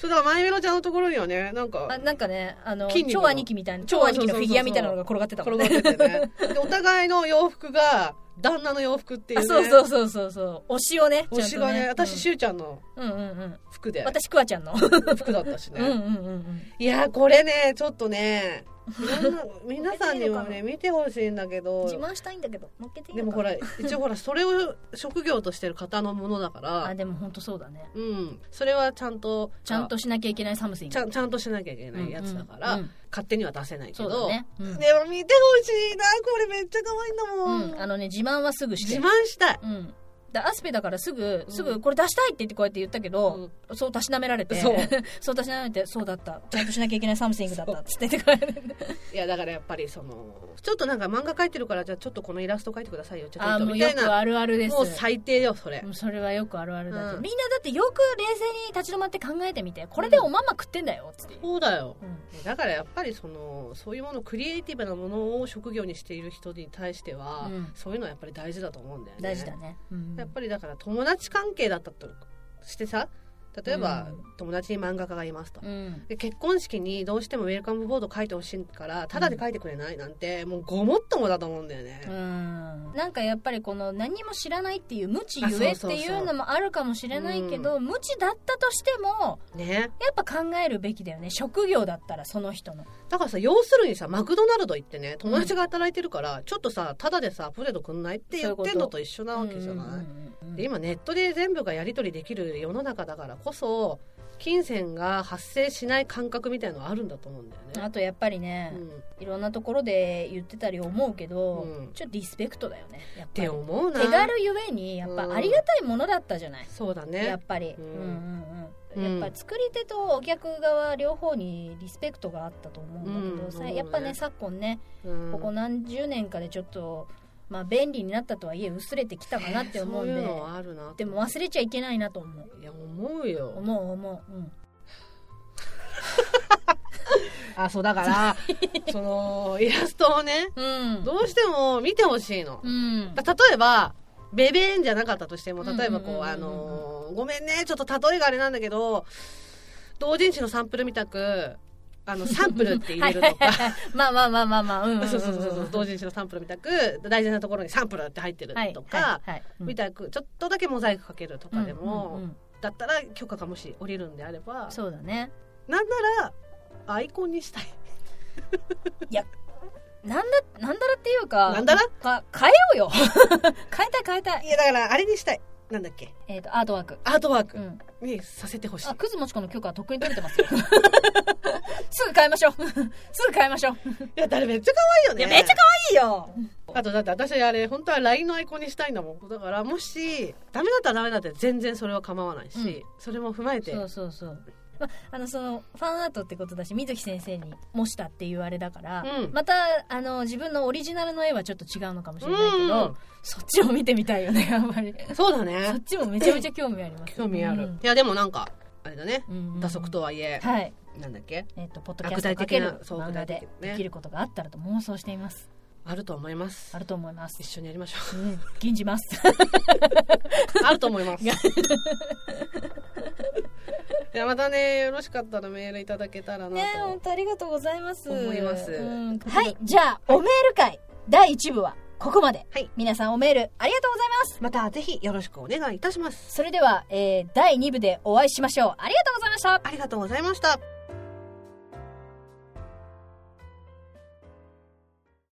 Speaker 1: そうだから前メロちゃんのところにはねなんか
Speaker 2: あなんかねあの
Speaker 1: 筋肉
Speaker 2: 超
Speaker 1: の
Speaker 2: 兄貴みたいな超兄貴のフィギュアみたいなのが転がってたも
Speaker 1: 転
Speaker 2: ん
Speaker 1: がって
Speaker 2: ね
Speaker 1: て ねでお互いの洋服が旦那の洋服っていう、
Speaker 2: あ
Speaker 1: ね、
Speaker 2: そうそうそうそうそう推しをね
Speaker 1: 推しがね
Speaker 2: ちゃんと
Speaker 1: 私、しゅうちゃんの
Speaker 2: うん、うんうんうん
Speaker 1: 服で
Speaker 2: 私クワちゃんの
Speaker 1: 服だったしね、
Speaker 2: うんうんうんうん
Speaker 1: いやーこれねちょっとね みんな皆さんにも
Speaker 2: 別に
Speaker 1: ね
Speaker 2: い
Speaker 1: 見てほしいんだけど
Speaker 2: 自慢したいんだけど乗っけていい
Speaker 1: で
Speaker 2: の
Speaker 1: も
Speaker 2: か
Speaker 1: ほ
Speaker 2: な
Speaker 1: ら一応ほらそれを職業としてる方のものだから
Speaker 2: あでも本当そうだね
Speaker 1: うんそれはちゃんと
Speaker 2: ちゃんとしなきゃいけないサムスイン
Speaker 1: ちゃんちゃんとしなきゃいけないやつだから、
Speaker 2: うんうんうん
Speaker 1: 勝手には出せないけ
Speaker 2: そう
Speaker 1: ど
Speaker 2: だね、うん
Speaker 1: でも見てほしいなこれめっちゃ可愛いんだもん、
Speaker 2: うん、あのね自慢はすぐして
Speaker 1: 自慢したい
Speaker 2: うんだアスペだからすぐ、すぐこれ出したいって言ってこうやって言ったけど、そうたしなめられて
Speaker 1: そう
Speaker 2: そうたしなめられてそうだったちゃんとしなきゃいけないサムシングだったっつって言ってから ね
Speaker 1: いやだからやっぱりそのちょっとなんか漫画描いてるからじゃあちょっとこのイラスト描いてくださいよちょっ
Speaker 2: あー
Speaker 1: と
Speaker 2: もう
Speaker 1: み
Speaker 2: よ
Speaker 1: たい
Speaker 2: く
Speaker 1: な
Speaker 2: あるあるです
Speaker 1: もう最低よそれ
Speaker 2: もうそれはよくあるあるだって、
Speaker 1: うん
Speaker 2: みんなだってよく冷静に立ち止まって考えてみてこれでおまんま食ってんだよっつって、
Speaker 1: そうだよ
Speaker 2: うん
Speaker 1: だからやっぱりそのそういうものクリエイティブなものを職業にしている人に対しては、
Speaker 2: うん
Speaker 1: そういうのはやっぱり大事だと思うんだよね
Speaker 2: 大事だね、うん
Speaker 1: やっぱりだから友達関係だったとしてさ例えば、
Speaker 2: うん
Speaker 1: 友達に漫画家がいますと、
Speaker 2: うん
Speaker 1: で結婚式にどうしてもウェルカムボード書いてほしいからただで書いてくれないなんてもうごもっともだと思うんだよね、
Speaker 2: うんなんかやっぱりこの何も知らないっていう無知ゆえ
Speaker 1: あ
Speaker 2: っ
Speaker 1: そうそうそう
Speaker 2: ていうのもあるかもしれないけど無知だったとしても
Speaker 1: ね
Speaker 2: やっぱ考えるべきだよね職業だったらその人の
Speaker 1: だからさ要するにさマクドナルド行ってね友達が働いてるから、ちょっとさただでさポテトくんないって言ってんのと一緒なわけじゃない
Speaker 2: うんうんうん
Speaker 1: で今ネットで全部がやり取りできる世の中だからこそ金銭が発生しない感覚みたいのはあるんだと思うんだよね。
Speaker 2: あとやっぱりね、
Speaker 1: うん、っ
Speaker 2: いろんなところで言ってたり思うけど、
Speaker 1: うん
Speaker 2: ちょっとリスペクトだよねやっぱ
Speaker 1: て
Speaker 2: り
Speaker 1: 思うな
Speaker 2: 手軽ゆえにやっ
Speaker 1: う
Speaker 2: ぱ
Speaker 1: ん
Speaker 2: ありがたいものだったじゃない、
Speaker 1: そうだ
Speaker 2: や
Speaker 1: ね
Speaker 2: っぱり、
Speaker 1: う
Speaker 2: う
Speaker 1: んんう
Speaker 2: うんうん
Speaker 1: ん
Speaker 2: やっぱ作り手とお客側両方にリスペクトがあったと思うんだけど、
Speaker 1: うんそ
Speaker 2: さ
Speaker 1: うだね
Speaker 2: やっぱね昨今ね
Speaker 1: うん
Speaker 2: ここ何十年かでちょっと、まあ、便利になったとはいえ薄れてきたかなって思うん
Speaker 1: そう
Speaker 2: で
Speaker 1: いうのはあるな
Speaker 2: でも忘れちゃいけないなと思う
Speaker 1: いや思うよ
Speaker 2: 思う思う、うん、
Speaker 1: あそうだから そのイラストをね
Speaker 2: うん。
Speaker 1: どうしても見てほしいの
Speaker 2: う、ん。
Speaker 1: だ例えばベベーンじゃなかったとしても例えばこう,、
Speaker 2: うんうんうんうん
Speaker 1: あのーごめんねちょっと例えがあれなんだけど同人誌のサンプルみたくあ のサンプルって入れると か
Speaker 2: まあまあまあまあまあ、うんんんん。
Speaker 1: そうそうそうそう同人誌のサンプルみたく大事なところにサンプルって入ってる
Speaker 2: はい
Speaker 1: とか、
Speaker 2: はいはいうん
Speaker 1: みたくちょっとだけモザイクかけるとかでも、
Speaker 2: うんうんうん
Speaker 1: だったら許可がもし下りるんであれば
Speaker 2: そうだね。
Speaker 1: なんならアイコンにしたい
Speaker 2: なんだ、なんだらっていうか、
Speaker 1: なんだら
Speaker 2: か変えよ うよ。変えたい変えたい。
Speaker 1: いやだからあれにしたいなんだっけ
Speaker 2: えっと、アートワーク。
Speaker 1: アートワーク
Speaker 2: うん。
Speaker 1: にさせてほしい、
Speaker 2: あ、クズもちこの許可はとっくに取れてますよ。 すぐ変えましょう。 すぐ変えましょう。
Speaker 1: いやだれめっちゃ可愛いよ
Speaker 2: い
Speaker 1: ね
Speaker 2: や、めっちゃ可愛いよ。
Speaker 1: あとだって私あれ本当は LINE のアイコンにしたいんだもんだからもしダメだったらダメだって全然それは構わないし、
Speaker 2: うん
Speaker 1: それも踏まえて
Speaker 2: そうそうそう。まあ、あのそのファンアートってことだし水木先生に模したっていうあれだから、
Speaker 1: うん
Speaker 2: またあの自分のオリジナルの絵はちょっと違うのかもしれないけど、
Speaker 1: うん
Speaker 2: そっちを見てみたいよね やっぱり
Speaker 1: そうだ
Speaker 2: そっ
Speaker 1: ね
Speaker 2: ちもめちゃめちゃ興味あります
Speaker 1: 興味ある、いやでもなんかあれだね
Speaker 2: うんうんうん
Speaker 1: 打足とはいえ、
Speaker 2: はい
Speaker 1: なんだっけ
Speaker 2: えっ、とポッドキャストかける漫画で
Speaker 1: ね
Speaker 2: できることがあったらと妄想しています
Speaker 1: あると思います
Speaker 2: あると思いま す
Speaker 1: 一緒にやりましょう
Speaker 2: うん吟じます
Speaker 1: あると思いますえじゃあまたねよろしかったらメールいただけたらな
Speaker 2: ねえ本
Speaker 1: と
Speaker 2: 当ありがとうございます
Speaker 1: 思います
Speaker 2: うんはいじゃあおメール会第1部はここまで、
Speaker 1: はい
Speaker 2: 皆さんおメールありがとうございます
Speaker 1: またぜひよろしくお願いいたします
Speaker 2: それでは、えー第2部でお会いしましょうありがとうございました
Speaker 1: ありがとうございました